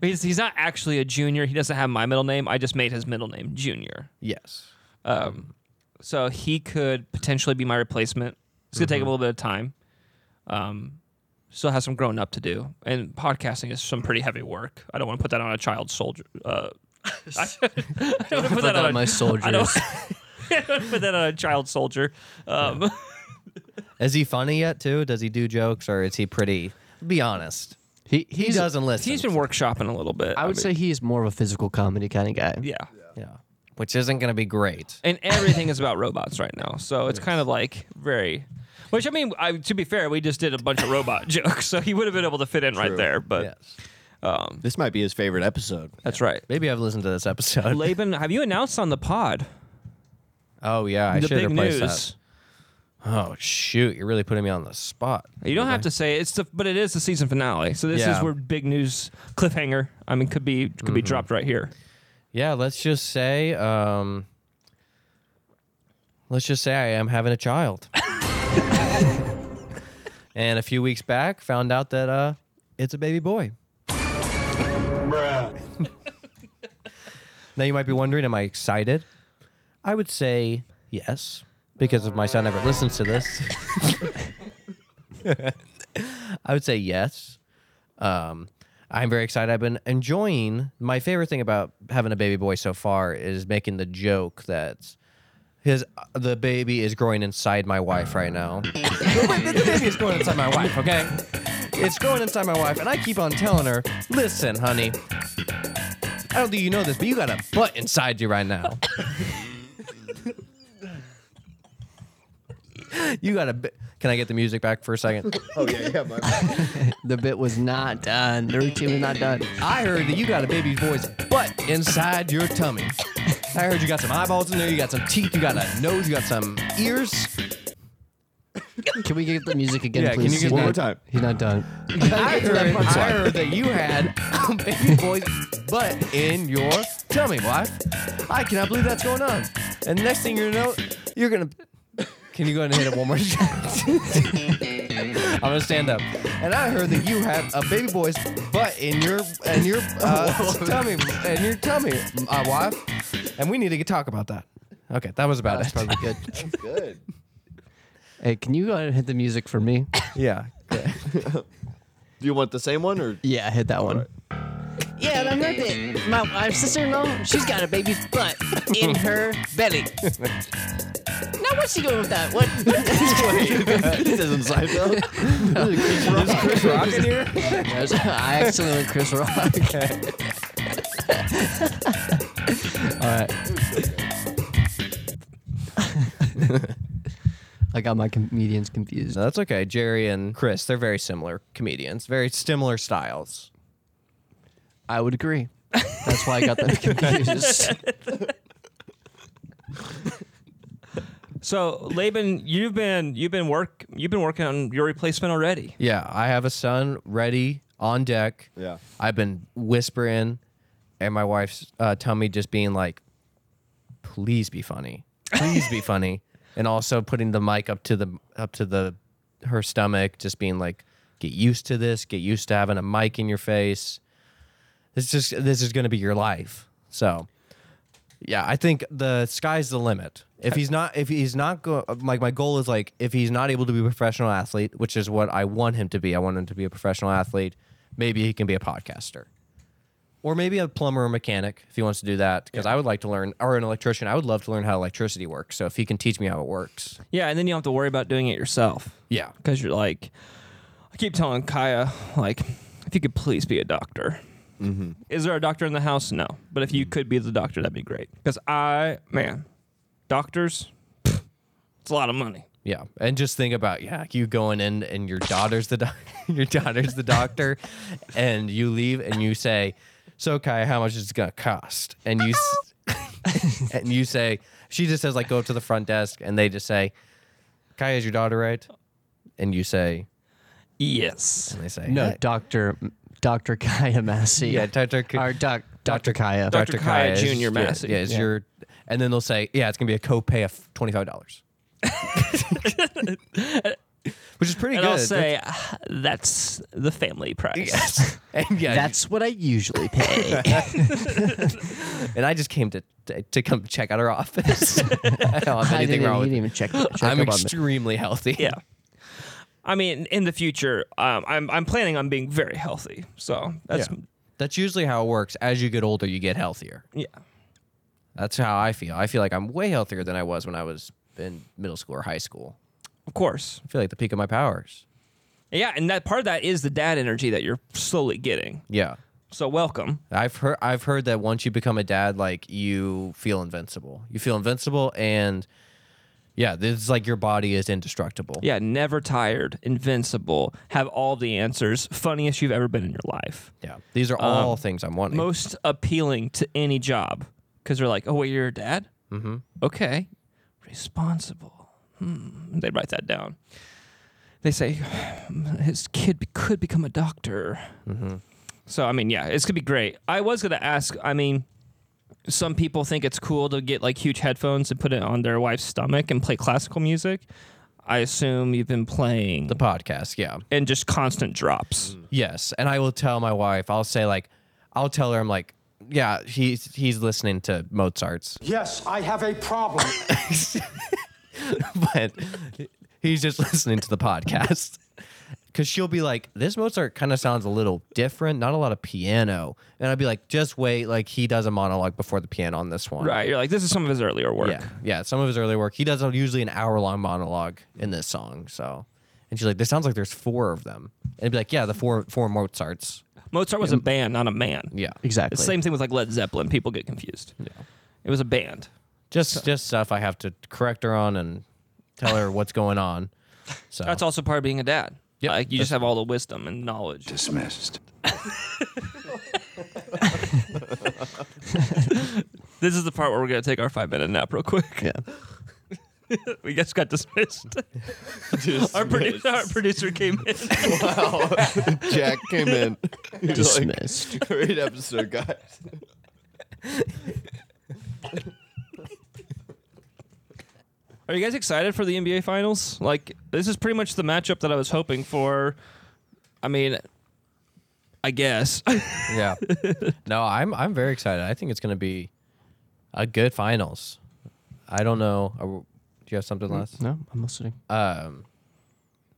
B: he's, he's not actually a junior. He doesn't have my middle name. I just made his middle name Junior.
C: Yes.
F: Mm-hmm.
B: So he could potentially be my replacement. It's gonna take a little bit of time. Um, still has some growing up to do, and podcasting is some pretty heavy work. I don't want to put that on a child soldier. Uh, I, I don't want to put that
F: that
B: on
F: on my
B: I don't,
F: soldiers.
B: I don't put that on a child soldier. Um,
C: Is he funny yet too? Does he do jokes or is he pretty? Be honest.
F: He
C: He
F: he's,
C: doesn't listen.
B: he's been workshopping a little bit.
F: I would say he's more of a physical comedy kind of guy.
B: yeah.
C: yeah, which isn't going to be great.
B: And everything is about robots right now, so it's kind of like very. Which I mean, I, to be fair, we just did a bunch of robot jokes, so he would have been able to fit in right there. But
C: Yes.
E: This might be his favorite episode.
B: that's right.
C: Maybe I've listened to this episode.
B: Laban, have you announced on the pod
C: oh yeah, I
B: the
C: should
B: big
C: replace
B: news?
C: that. Oh shoot, you're really putting me on the spot.
B: You don't have to say it. it's the, but it is the season finale. So this is
C: Yeah.
B: where big news cliffhanger. I mean, could be could be dropped right here.
C: Yeah, let's just say, um, let's just say I am having a child. and a few weeks back, found out that uh, it's a baby boy. now you might be wondering, am I excited? I would say yes, because if my son ever listens to this, I would say yes. Um, I'm very excited. I've been enjoying my favorite thing about having a baby boy so far is making the joke that his the baby is growing inside my wife right now. Wait, the baby is growing inside my wife. Okay, it's growing inside my wife, and I keep on telling her, "Listen, honey, I don't think you know this, but you got a butt inside you right now." You got a bit. Can I get the music back for a second?
E: Oh yeah, yeah. My
F: The bit was not done. The routine was not done.
C: I heard that you got a baby boy's butt inside your tummy. I heard you got some eyeballs in there, you got some teeth, you got a nose, you got some ears.
F: Can we get the music again,
C: Yeah, can
F: please?
C: you get
F: He's
E: one more
F: not-
E: time.
F: He's not done.
C: I heard, I heard that you had a baby boy's butt in your tummy, wife. I cannot believe that's going on. And next thing you know, you're gonna. Can you go ahead and hit it one more time? I'm gonna stand up. And I heard that you had a baby boy's butt in your in your uh, tummy in your tummy, my wife. And we need to talk about that. Okay, that was about
F: That's
C: it.
F: probably good.
E: good.
F: Hey, can you go ahead and hit the music for me?
C: Yeah.
E: Do you want the same one or?
F: Yeah, hit that one. Yeah, and I heard that my wife's sister-in-law, she's got a baby's butt in her belly. Now what's she doing with that? What?
E: this isn't Seinfeld. This is Chris Rock in here.
F: I accidentally went Chris Rock. All right. I got my comedians confused.
C: No, that's okay. Jerry and Chris, they're very similar comedians, very similar styles.
F: I would agree. That's why I got them confused.
B: So Laban, you've been you've been work you've been working on your replacement already.
C: Yeah, I have a son ready on deck.
E: Yeah.
C: I've been whispering, and my wife's uh, tummy just being like, "Please be funny, please be funny," and also putting the mic up to the up to the her stomach, just being like, "Get used to this. Get used to having a mic in your face. This just this is going to be your life." So, yeah, I think the sky's the limit. If he's not, if he's not go, like my goal is like if he's not able to be a professional athlete, which is what I want him to be. I want him to be a professional athlete. Maybe he can be a podcaster, or maybe a plumber or mechanic if he wants to do that. Because I would like to learn, or an electrician. I would love to learn how electricity works. So if he can teach me how it works,
B: Yeah, and then you don't have to worry about doing it yourself.
C: yeah,
B: because you're like, I keep telling Kaya, like, if you could please be a doctor. Is there a doctor in the house? No, but if you could be the doctor, that'd be great. Because I, man, doctors, pff, it's a lot of money.
C: Yeah, and just think about yeah, you going in and your daughter's the doc- your daughter's the doctor, and you leave and you say, "So Kai, how much is it gonna cost?" And you s- and you say, she just says like go up to the front desk, and they just say, "Kai, is your daughter right?" And you say,
B: Yes.
C: and they say,
F: No,
C: "Hey."
F: Doctor, Doctor Kaya Massey.
C: yeah, Dr. K-
F: Or doc, Doctor Kaya.
B: Dr. Kaya
C: is-
B: Jr.
C: yeah,
B: Massey.
C: yeah, is
B: Yeah.
C: your, and then they'll say, yeah, it's gonna be a copay of twenty five dollars, which is pretty
B: And
C: good.
B: I'll say, "Ah, that's the family price.
C: That's- and yeah,
F: That's what I usually pay.
C: and I just came to to, to come check out her office. I don't have
F: I
C: anything
F: didn't,
C: wrong
F: you
C: with
F: didn't
C: me.
F: even check, check
C: I'm
F: up on me.
C: extremely healthy.
B: yeah. I mean, in the future, um, I'm I'm planning on being very healthy. So that's
C: Yeah. That's usually how it works. As you get older, you get healthier.
B: yeah.
C: That's how I feel. I feel like I'm way healthier than I was when I was in middle school or high school.
B: Of course.
C: I feel like the peak of my powers.
B: Yeah, and that part of that is the dad energy that you're slowly getting.
C: Yeah.
B: So welcome.
C: I've heard I've heard that once you become a dad, like you feel invincible. You feel invincible and yeah, this is like your body is indestructible.
B: Yeah, never tired, invincible, have all the answers, funniest you've ever been in your life.
C: Yeah. Um, These are all things I'm wanting.
B: Most appealing to any job because they're like, oh, wait, you're a dad? Mm-hmm. Okay. Responsible. Hmm. They write that down. They say, his kid be- could become a doctor.
C: Mm-hmm.
B: So, I mean, yeah, it's going to be great. I was going to ask, I mean, some people think it's cool to get like huge headphones and put it on their wife's stomach and play classical music. I assume you've been playing
C: the Mm. podcast, yeah.
B: and just constant drops.
C: Yes, and I will tell my wife. I'll say like, I'll tell her I'm like, yeah, he's he's listening to Mozart's,
H: Yes, I have a problem.
C: but he's just listening to the podcast. Cause she'll be like, this Mozart kind of sounds a little different, not a lot of piano, and I'd be like, just wait, like he does a monologue before the piano on this one,
B: Right. You're like, this is some of his earlier work.
C: Yeah, yeah. Some of his early work, he does a, usually an hour long monologue in this song. So, and she's like, this sounds like there's four of them, and I'd be like, yeah, the four four Mozarts.
B: Mozart was a band, not a man.
C: Yeah,
B: The
F: Exactly.
B: same thing with like Led Zeppelin. People get confused. Yeah. It was a band.
C: just just stuff I have to correct her on and tell her what's going on. So
B: That's also part of being a dad.
C: Yep.
B: Like you just have all the wisdom and knowledge.
G: Dismissed.
B: This is the part where we're gonna take our five minute nap real quick. Yeah. we just got dismissed. Our, produ- our producer came in.
E: Jack came in. He's like,
F: Dismissed.
E: Great episode, guys.
B: Are you guys excited for the NBA Finals? Like, this is pretty much the matchup that I was hoping for. I mean, I guess.
C: yeah. No, I'm I'm very excited. I think it's going to be a good finals. I don't know. Are we- Do you have something last?
F: No, I'm listening.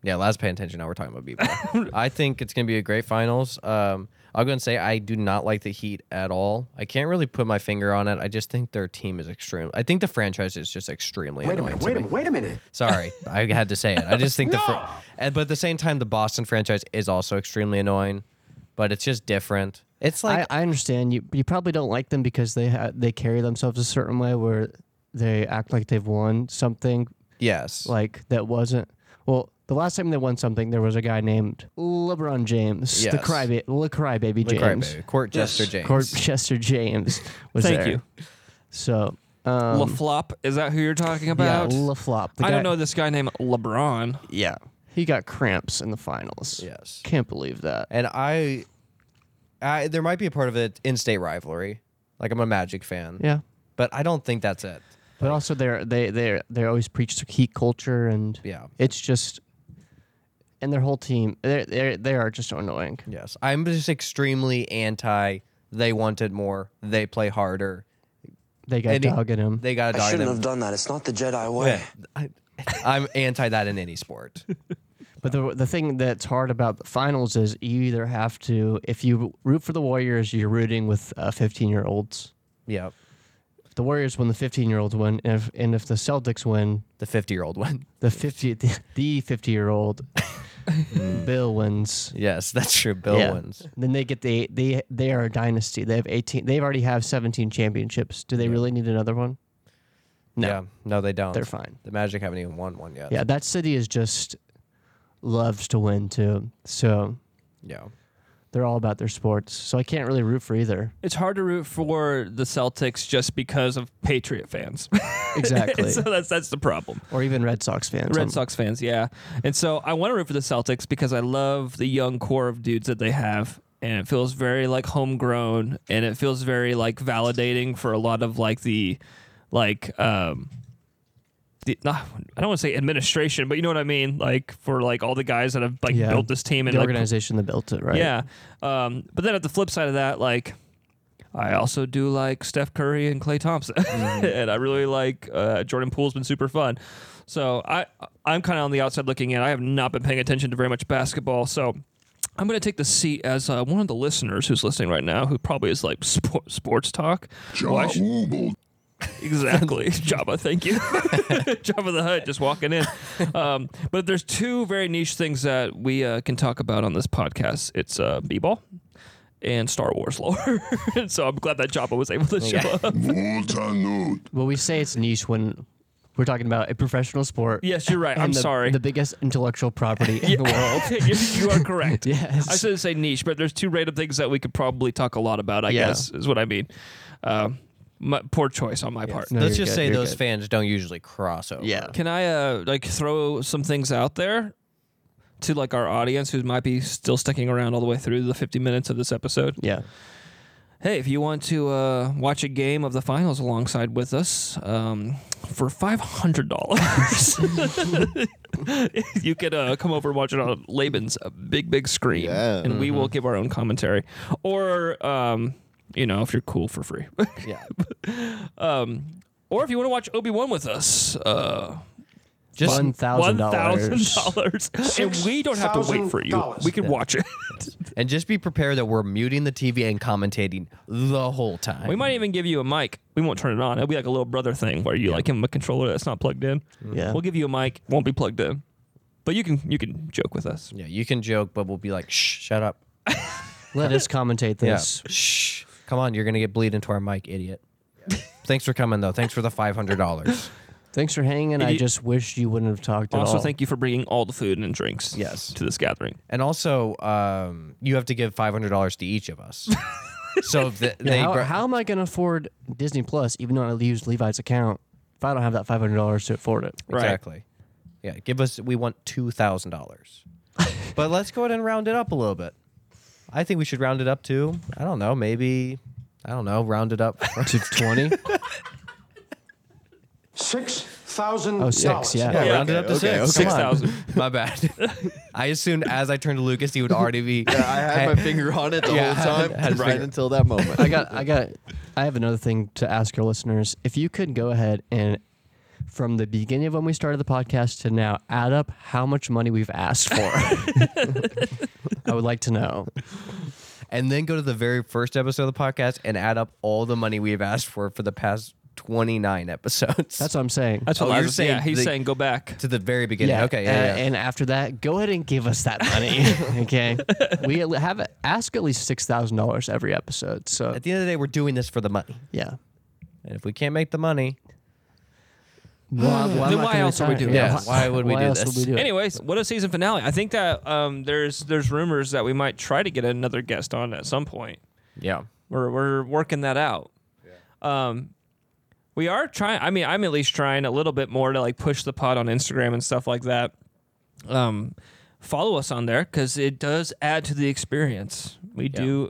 C: Yeah, last paying attention. Now we're talking about people. I think it's going to be a great finals. Um, I'll go and say I do not like the Heat at all. I can't really put my finger on it. I just think their team is extreme. I think the franchise is just extremely.
H: wait a
C: annoying
H: minute,
C: to
H: wait a
C: me.
H: minute, wait a minute.
C: Sorry, I had to say it. I just think the, fr- and- but at the same time, the Boston franchise is also extremely annoying, but it's just different. It's like
F: I, I understand you. You probably don't like them because they ha- they carry themselves a certain way where they act like they've won something
C: yes,
F: like that wasn't. Well, the last time they won something, there was a guy named LeBron James, the
C: Yes.
F: crybaby, Le Crybaby
C: Like, right,
F: James,
C: baby, court jester James.
F: Court Chester James was
B: Thank
F: there.
B: you.
F: So um,
B: LaFlop, is that who you're talking
F: yeah,
B: about?
F: LaFlop. the
B: I don't
F: guy-
B: know this guy named LeBron.
F: Yeah, he got cramps in the finals.
C: Yes.
F: can't believe that.
C: and I, I there might be a part of it in-state rivalry. Like I'm a Magic fan,
F: Yeah,
C: but I don't think that's it.
F: but also they're they they they always preach heat culture and
C: Yeah.
F: it's just and their whole team they they they are just so annoying.
C: Yes, I'm just extremely anti. They want it more. They play harder.
F: They got
C: Any-
F: dog in him.
C: They got to dog them.
I: done that. It's not the Jedi
C: I, I'm anti that in any sport.
F: But the the thing that's hard about the finals is you either have to, if you root for the Warriors, you're rooting with uh, 15 year olds.
C: yep,
F: If the Warriors win, the 15 year olds win, and if, and if the Celtics win,
C: the 50 year old one.
F: the 50 the 50 year old Bill wins.
C: Yes, that's true. Bill
F: Yeah.
C: wins.
F: Then they get the they they are a dynasty. They have 18. They've already have 17 championships. Do they really need another one? No.
C: Yeah, no, they don't.
F: They're fine.
C: The Magic haven't even won one yet.
F: Yeah, that city is just loves to win too. So
C: Yeah.
F: they're all about their sports. So I can't really root for either.
B: It's hard to root for the Celtics just because of Patriot fans.
F: Exactly.
B: so that's that's the problem.
F: or even Red Sox fans.
B: Red
F: Um,
B: Sox fans, yeah. And so I want to root for the Celtics because I love the young core of dudes that they have. And it feels very like homegrown and it feels very like validating for a lot of like the like um the, nah, I don't want to say administration, but you know what I mean? Like for like all the guys that have like
F: Yeah.
B: built this team and
F: the
B: like
F: organization that built it, right?
B: Yeah. Um, but then at the flip side of that, like, I also do like Steph Curry
F: Mm-hmm.
B: and Clay Thompson, and I really like uh, Jordan Poole's been super fun. So I I'm kind of on the outside looking in. I have not been paying attention to very much basketball, so I'm going to take the seat as uh, one of the listeners who's listening right now, who probably is like spor- sports talk. Why should- Exactly. Jabba, thank you. Jabba the Hutt just walking in. Um, but there's two very niche things that we uh, can talk about on this podcast it's uh, B ball and Star Wars lore. And so I'm glad that Jabba was able to show up.
F: Well, we say it's niche when we're talking about a professional sport.
B: Yes, you're right.
F: and
B: I'm
F: the-
B: sorry.
F: The biggest intellectual property in the world.
B: you, you are correct.
F: Yes.
B: I shouldn't say niche, but there's two random things that we could probably talk a lot about, I
F: Yeah.
B: guess, is what I mean. Um, my, poor choice on my part.
F: No,
C: Let's
F: you're
C: just
F: good,
C: say
F: you're
C: those
F: good.
C: fans don't usually cross over.
F: Yeah.
B: Can I uh like throw some things out there to like our audience who might be still sticking around all the way through the 50 minutes of this episode?
F: Yeah.
B: Hey, if you want to uh, watch a game of the finals alongside with us um, for five hundred dollars, you can uh, come over and watch it on Laban's big big screen,
E: Yeah.
B: and we will give our own commentary. Or um, you know, if you're cool for free,
C: Yeah.
B: um, or if you want to watch Obi Wan with us. Uh,
C: Just
F: One thousand dollars.
B: dollars. And we don't have to wait for you.
H: $6,000.
B: We can watch it.
C: and just be prepared that we're muting the TV and commentating the whole time.
B: we might even give you a mic. We won't turn it on. It'll be like a little brother thing where you like give him a controller that's not plugged in.
F: Yeah.
B: We'll give you a mic, won't be plugged in. But you can you can joke with us.
C: Yeah, you can joke, but we'll be like, shh, shut up.
F: Let us commentate this.
C: Shh. Come on, you're gonna get bleed into our mic, idiot. Thanks for coming though. Thanks for the five hundred dollars.
F: Thanks for hanging. I
B: you-
F: just wish you wouldn't have talked at
B: Also,
F: all.
B: thank you for bringing all the food and drinks
C: Yes.
B: to this gathering.
C: And also, um, you have to give five hundred dollars to each of us. so if the,
F: Yeah,
C: they
F: how,
C: bro-
F: how am I going to afford Disney Plus even though I use Levi's account if I don't have that five hundred dollars to afford it?
B: Right.
C: exactly. Yeah, give us. We want two thousand dollars. but let's go ahead and round it up a little bit. I think we should round it up to I don't know, maybe I don't know, round it up to twenty.
H: Six thousand
F: Oh,
H: dollars.
F: six. Yeah.
C: Yeah,
B: Yeah,
C: round it up
E: okay,
C: to
E: okay,
C: six.
E: okay.
C: Come on.
B: 6,000.
C: My bad. I assumed as I turned to Lucas, he would already be.
E: Yeah, I had my finger on it the
C: Yeah, I
E: whole
C: had-
E: time,
C: had
E: right
C: finger-
E: until that moment.
F: I got, I got, I have another thing to ask your listeners. If you could go ahead and, from the beginning of when we started the podcast to now, add up how much money we've asked for. I would like to know.
C: and then go to the very first episode of the podcast and add up all the money we have asked for for the past 29 episodes.
F: That's what I'm saying.
B: That's what
C: Oh,
B: I
C: you're
B: was saying. Yeah,
C: saying
B: he's
C: the-
B: saying go back.
C: to the very beginning. Okay. Yeah,
F: uh,
C: yeah.
F: And after that, go ahead and give us that money. okay. We at le- have ask at least six thousand dollars every episode. So
C: At the end of the day, we're doing this for the money.
F: yeah.
C: And if we can't make the money,
F: Why,
B: Then why else are we doing
C: Yeah, this? why would we do
F: else
C: this?
F: it?
B: Anyways, what a season finale. I think that um, there's there's rumors that we might try to get another guest on at some point.
C: yeah.
B: We're we're working that out. Um, we are trying. I mean, I'm at least trying a little bit more to like push the pod on Instagram and stuff like that. Um, follow us on there because it does add to the experience. We do.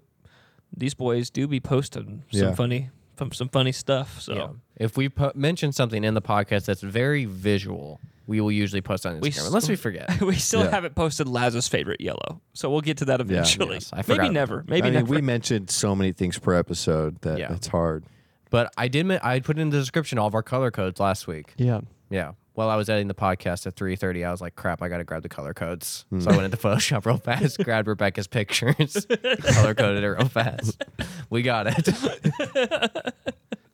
B: These boys do be posting some
E: Yeah.
B: funny, some, some funny stuff. So
C: yeah. If we po- mention something in the podcast that's very visual, we will usually post on Instagram,
B: s-
C: unless we forget.
B: we still
E: Yeah.
B: haven't posted Laz's favorite yellow. So we'll get to that eventually.
C: Yes, I
B: maybe
C: forgot.
B: never. Maybe
E: I mean,
B: never.
E: we mentioned so many things per episode that
C: Yeah.
E: it's hard.
C: But I did. men- I put in the description all of our color codes last week.
F: Yeah.
C: Yeah. While I was editing the podcast at 3:30, I was like, "Crap, I gotta grab the color codes." So I went into Photoshop real fast, grabbed Rebecca's pictures, color coded it real fast. We got it.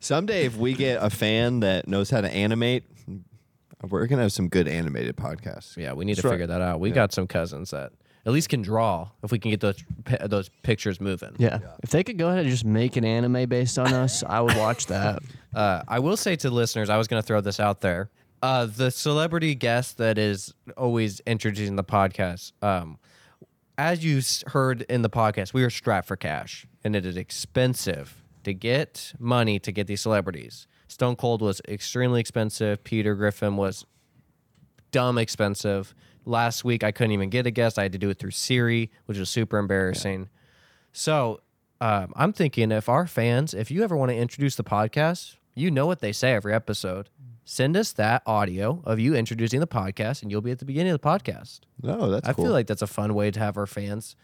E: Someday, if we get a fan that knows how to animate, we're gonna have some good animated podcasts.
C: Yeah, we need to figure that out. We got some cousins that at least can draw. If we can get those pi- those pictures moving.
F: Yeah. If they could go ahead and just make an anime based on us, I would watch that.
C: Uh, I will say to listeners, I was going to throw this out there. Uh, the celebrity guest that is always introducing the podcast. Um, as you s- heard in the podcast, we are strapped for cash, and it is expensive to get money to get these celebrities. Stone Cold was extremely expensive. Peter Griffin was dumb expensive. Last week, I couldn't even get a guest. I had to do it through Siri, which was super embarrassing. So um, I'm thinking if our fans, if you ever want to introduce the podcast, you know what they say every episode. Send us that audio of you introducing the podcast, and you'll be at the beginning of the podcast.
E: No, Oh, that's
C: I
E: cool.
C: feel like that's a fun way to have our fans.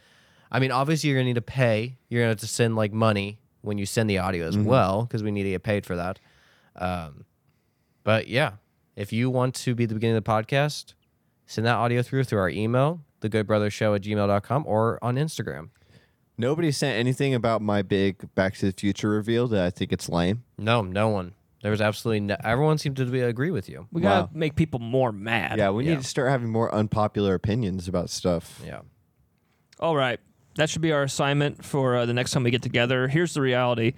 C: I mean, obviously, you're gonna need to pay. You're gonna have to send like money when you send the audio as well, because we need to get paid for that. Um, but yeah, if you want to be at the beginning of the podcast, Send that audio through through our email, thegoodbrothershow at gmail.com, or on Instagram.
E: Nobody sent anything about my big Back to the Future reveal that I think it's lame.
C: No, no one. There was absolutely no, everyone seemed to be, agree with you.
B: We gotta
E: Wow.
B: make people more mad.
E: Yeah, we
C: Yeah.
E: need to start having more unpopular opinions about stuff.
C: Yeah.
B: All right. That should be our assignment for uh, the next time we get together. Here's the reality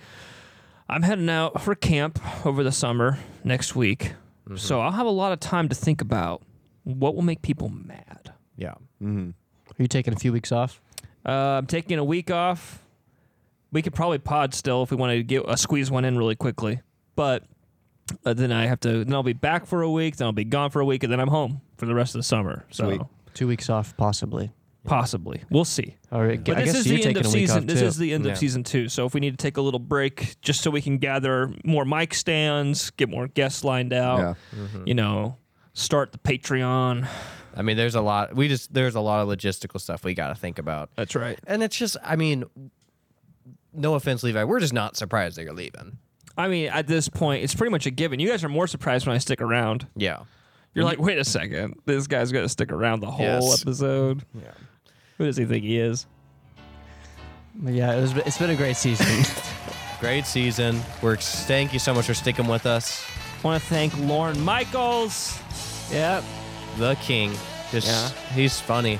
B: I'm heading out for camp over the summer next week. So I'll have a lot of time to think about what will make people mad.
C: Yeah.
F: Are you taking a few weeks off?
B: Uh, I'm taking a week off. We could probably pod still if we wanted to get uh, squeeze one in really quickly. But uh, then I have to, then I'll be back for a week, then I'll be gone for a week, and then I'm home for the rest of the summer. So
E: Sweet.
F: Two weeks off, possibly.
B: possibly. We'll see.
F: All right.
B: But
F: I
B: this
F: guess
B: is
F: you're
B: the end of
F: taking a week
B: season.
F: off
B: This
F: too.
B: is the end
C: Yeah.
B: of season two. So if we need to take a little break, just so we can gather more mic stands, get more guests lined out,
F: Mm-hmm.
B: you know, start the Patreon.
C: I mean, there's a lot. We just there's a lot of logistical stuff we got to think about.
B: That's right.
C: And it's just, I mean, no offense, Levi, we're just not surprised that you're leaving.
B: I mean, at this point, it's pretty much a given. You guys are more surprised when I stick around.
C: Yeah.
B: You're like, wait a second, this guy's gonna stick around the whole
C: Yes.
B: episode.
C: Yeah.
B: Who does he think he is?
F: Yeah, it was, it's been a great season.
C: Great season. We're thank you so much for sticking with us.
B: want to thank Lauren Michaels. Yep.
C: The King, just
B: Yeah.
C: he's funny.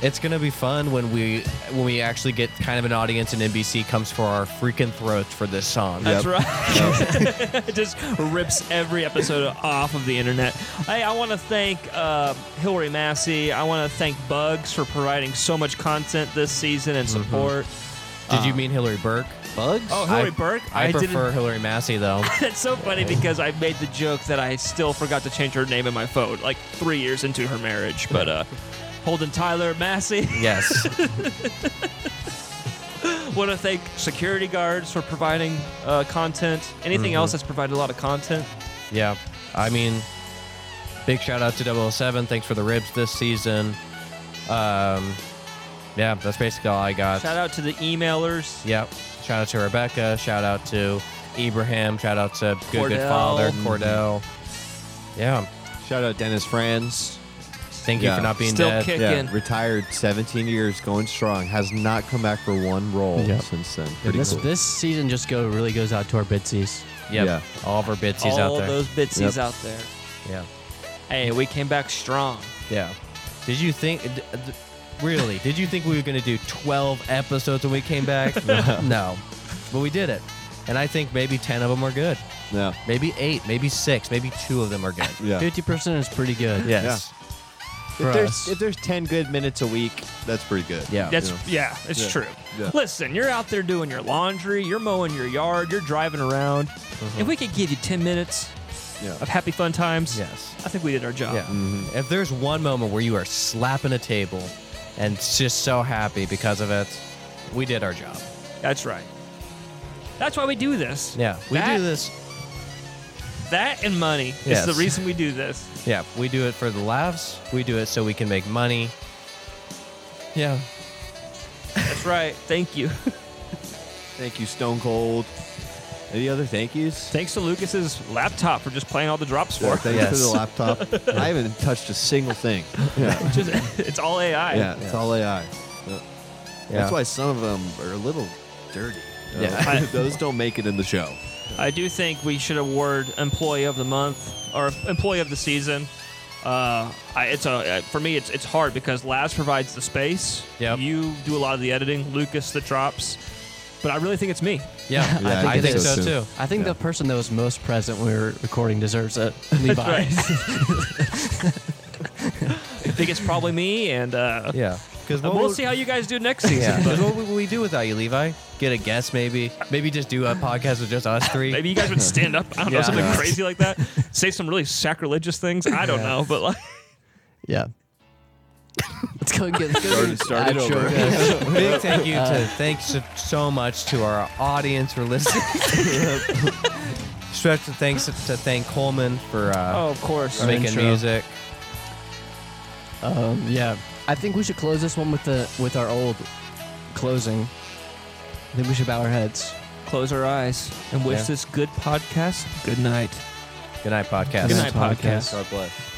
C: It's gonna be fun when we when we actually get kind of an audience and NBC comes for our freaking throats for this song.
B: That's right. it just rips every episode off of the internet. Hey, I want to thank uh, Hillary Massey. I want to thank Bugs for providing so much content this season and support.
C: Did you mean Hillary Burke? Bugs?
B: Oh, Hillary Burke?
C: Mm-hmm. I,
B: I didn't-
C: prefer Oh. Hillary Massey though.
B: That's so funny because I made the joke that I still forgot to change her name in my phone, like three years into her marriage. But uh, Holden Tyler Massey.
C: yes.
B: want to thank security guards for providing uh, content. Anything
C: Mm-hmm.
B: else that's provided a lot of content?
C: Yeah. I mean, big shout out to 007. Thanks for the ribs this season. Um, yeah, that's basically all I got.
B: Shout out to the emailers.
C: Yep. Shout out to Rebecca. Shout out to Ibrahim. Shout out to Good Good
B: Cordell.
C: Father Cordell. Yeah.
E: Shout out Dennis Franz.
C: Thank you
E: Yeah.
C: for not being
B: Still
C: dead.
B: kick-
E: Yeah,
B: Again.
E: retired 17 years, going strong. Has not come back for one role
F: Yep.
E: since then.
F: And
E: Pretty
F: this,
E: cool.
F: this season just go really goes out to our bidsies.
C: Yep.
E: Yeah.
C: All of our bitsies out
B: All
C: there.
B: those bitsies
E: Yep.
B: out there.
C: yeah.
B: Hey, we came back strong.
C: Yeah. Did you think? d- d- Really? did you think we were going to do 12 episodes when we came back? no. But we did it. And I think maybe 10 of them are good.
E: Yeah,
C: Maybe eight, maybe six, maybe two of them are good.
E: yeah.
F: Fifty percent is pretty good.
C: yes.
E: if,
F: us.
E: there's, if there's 10 good minutes a week, that's pretty good.
C: Yeah.
B: That's yeah, it's
E: Yeah.
B: true.
E: Yeah.
B: Listen, you're out there doing your laundry, you're mowing your yard, you're driving around. If we could give you ten minutes
E: Yeah.
B: of happy fun times,
C: Yes.
B: I think we did our job.
C: Yeah. Mm-hmm. If there's one moment where you are slapping a table and just so happy because of it, we did our job.
B: That's right. That's why we do this.
C: Yeah. We
B: That-
C: do this.
B: That and money
C: Yes.
B: is the reason we do this.
C: Yeah. We do it for the laughs. We do it so we can make money. Yeah.
B: That's right. Thank you.
E: Thank you, Stone Cold. Any other thank yous?
B: Thanks to Lucas's laptop for just playing all the drops for
E: Yeah,
B: us.
E: thanks for
C: Yes.
E: the laptop. I haven't touched a single thing. Yeah,
B: Just- it's all AI.
E: yeah. It's all AI. Yeah. That's
C: Yeah.
E: why some of them are a little dirty.
B: Yeah.
E: those don't make it in the show.
B: I do think we should award employee of the month or employee of the season. Uh, I, it's a uh, for me it's it's hard because Laz provides the space.
C: Yep.
B: You do a lot of the editing, Lucas the drops, but I really think it's me.
C: Yeah.
E: Yeah,
C: I, think so, too.
F: I think the person that was most present when we were recording deserves it. Levi.
B: I think it's probably me, and uh,
C: Yeah. Because
B: uh, we'll see how you guys do next season.
C: Yeah.
B: but
C: 'Cause what would we do without you, Levi? Get a guest, maybe. Maybe just do a podcast with just us three.
B: Maybe you guys would stand up. I don't know
C: Yeah.
B: something crazy like that. Say some really sacrilegious things. I don't know, but like.
F: Yeah. Let's go and get let's go
E: Start-
F: get
E: start it
F: actual
E: over.
F: guests.
C: Big thank you to thanks to- so much to our audience for listening. Special thanks to thank Coleman for uh,
B: Oh, of course.
C: making
F: intro.
C: music.
F: Um, yeah. I think we should close this one with the with our old closing. I think we should bow our heads.
B: Close our eyes and wish
C: Yeah.
B: this good podcast good night.
C: Good night, podcast.
B: Good night, podcast.
E: God bless.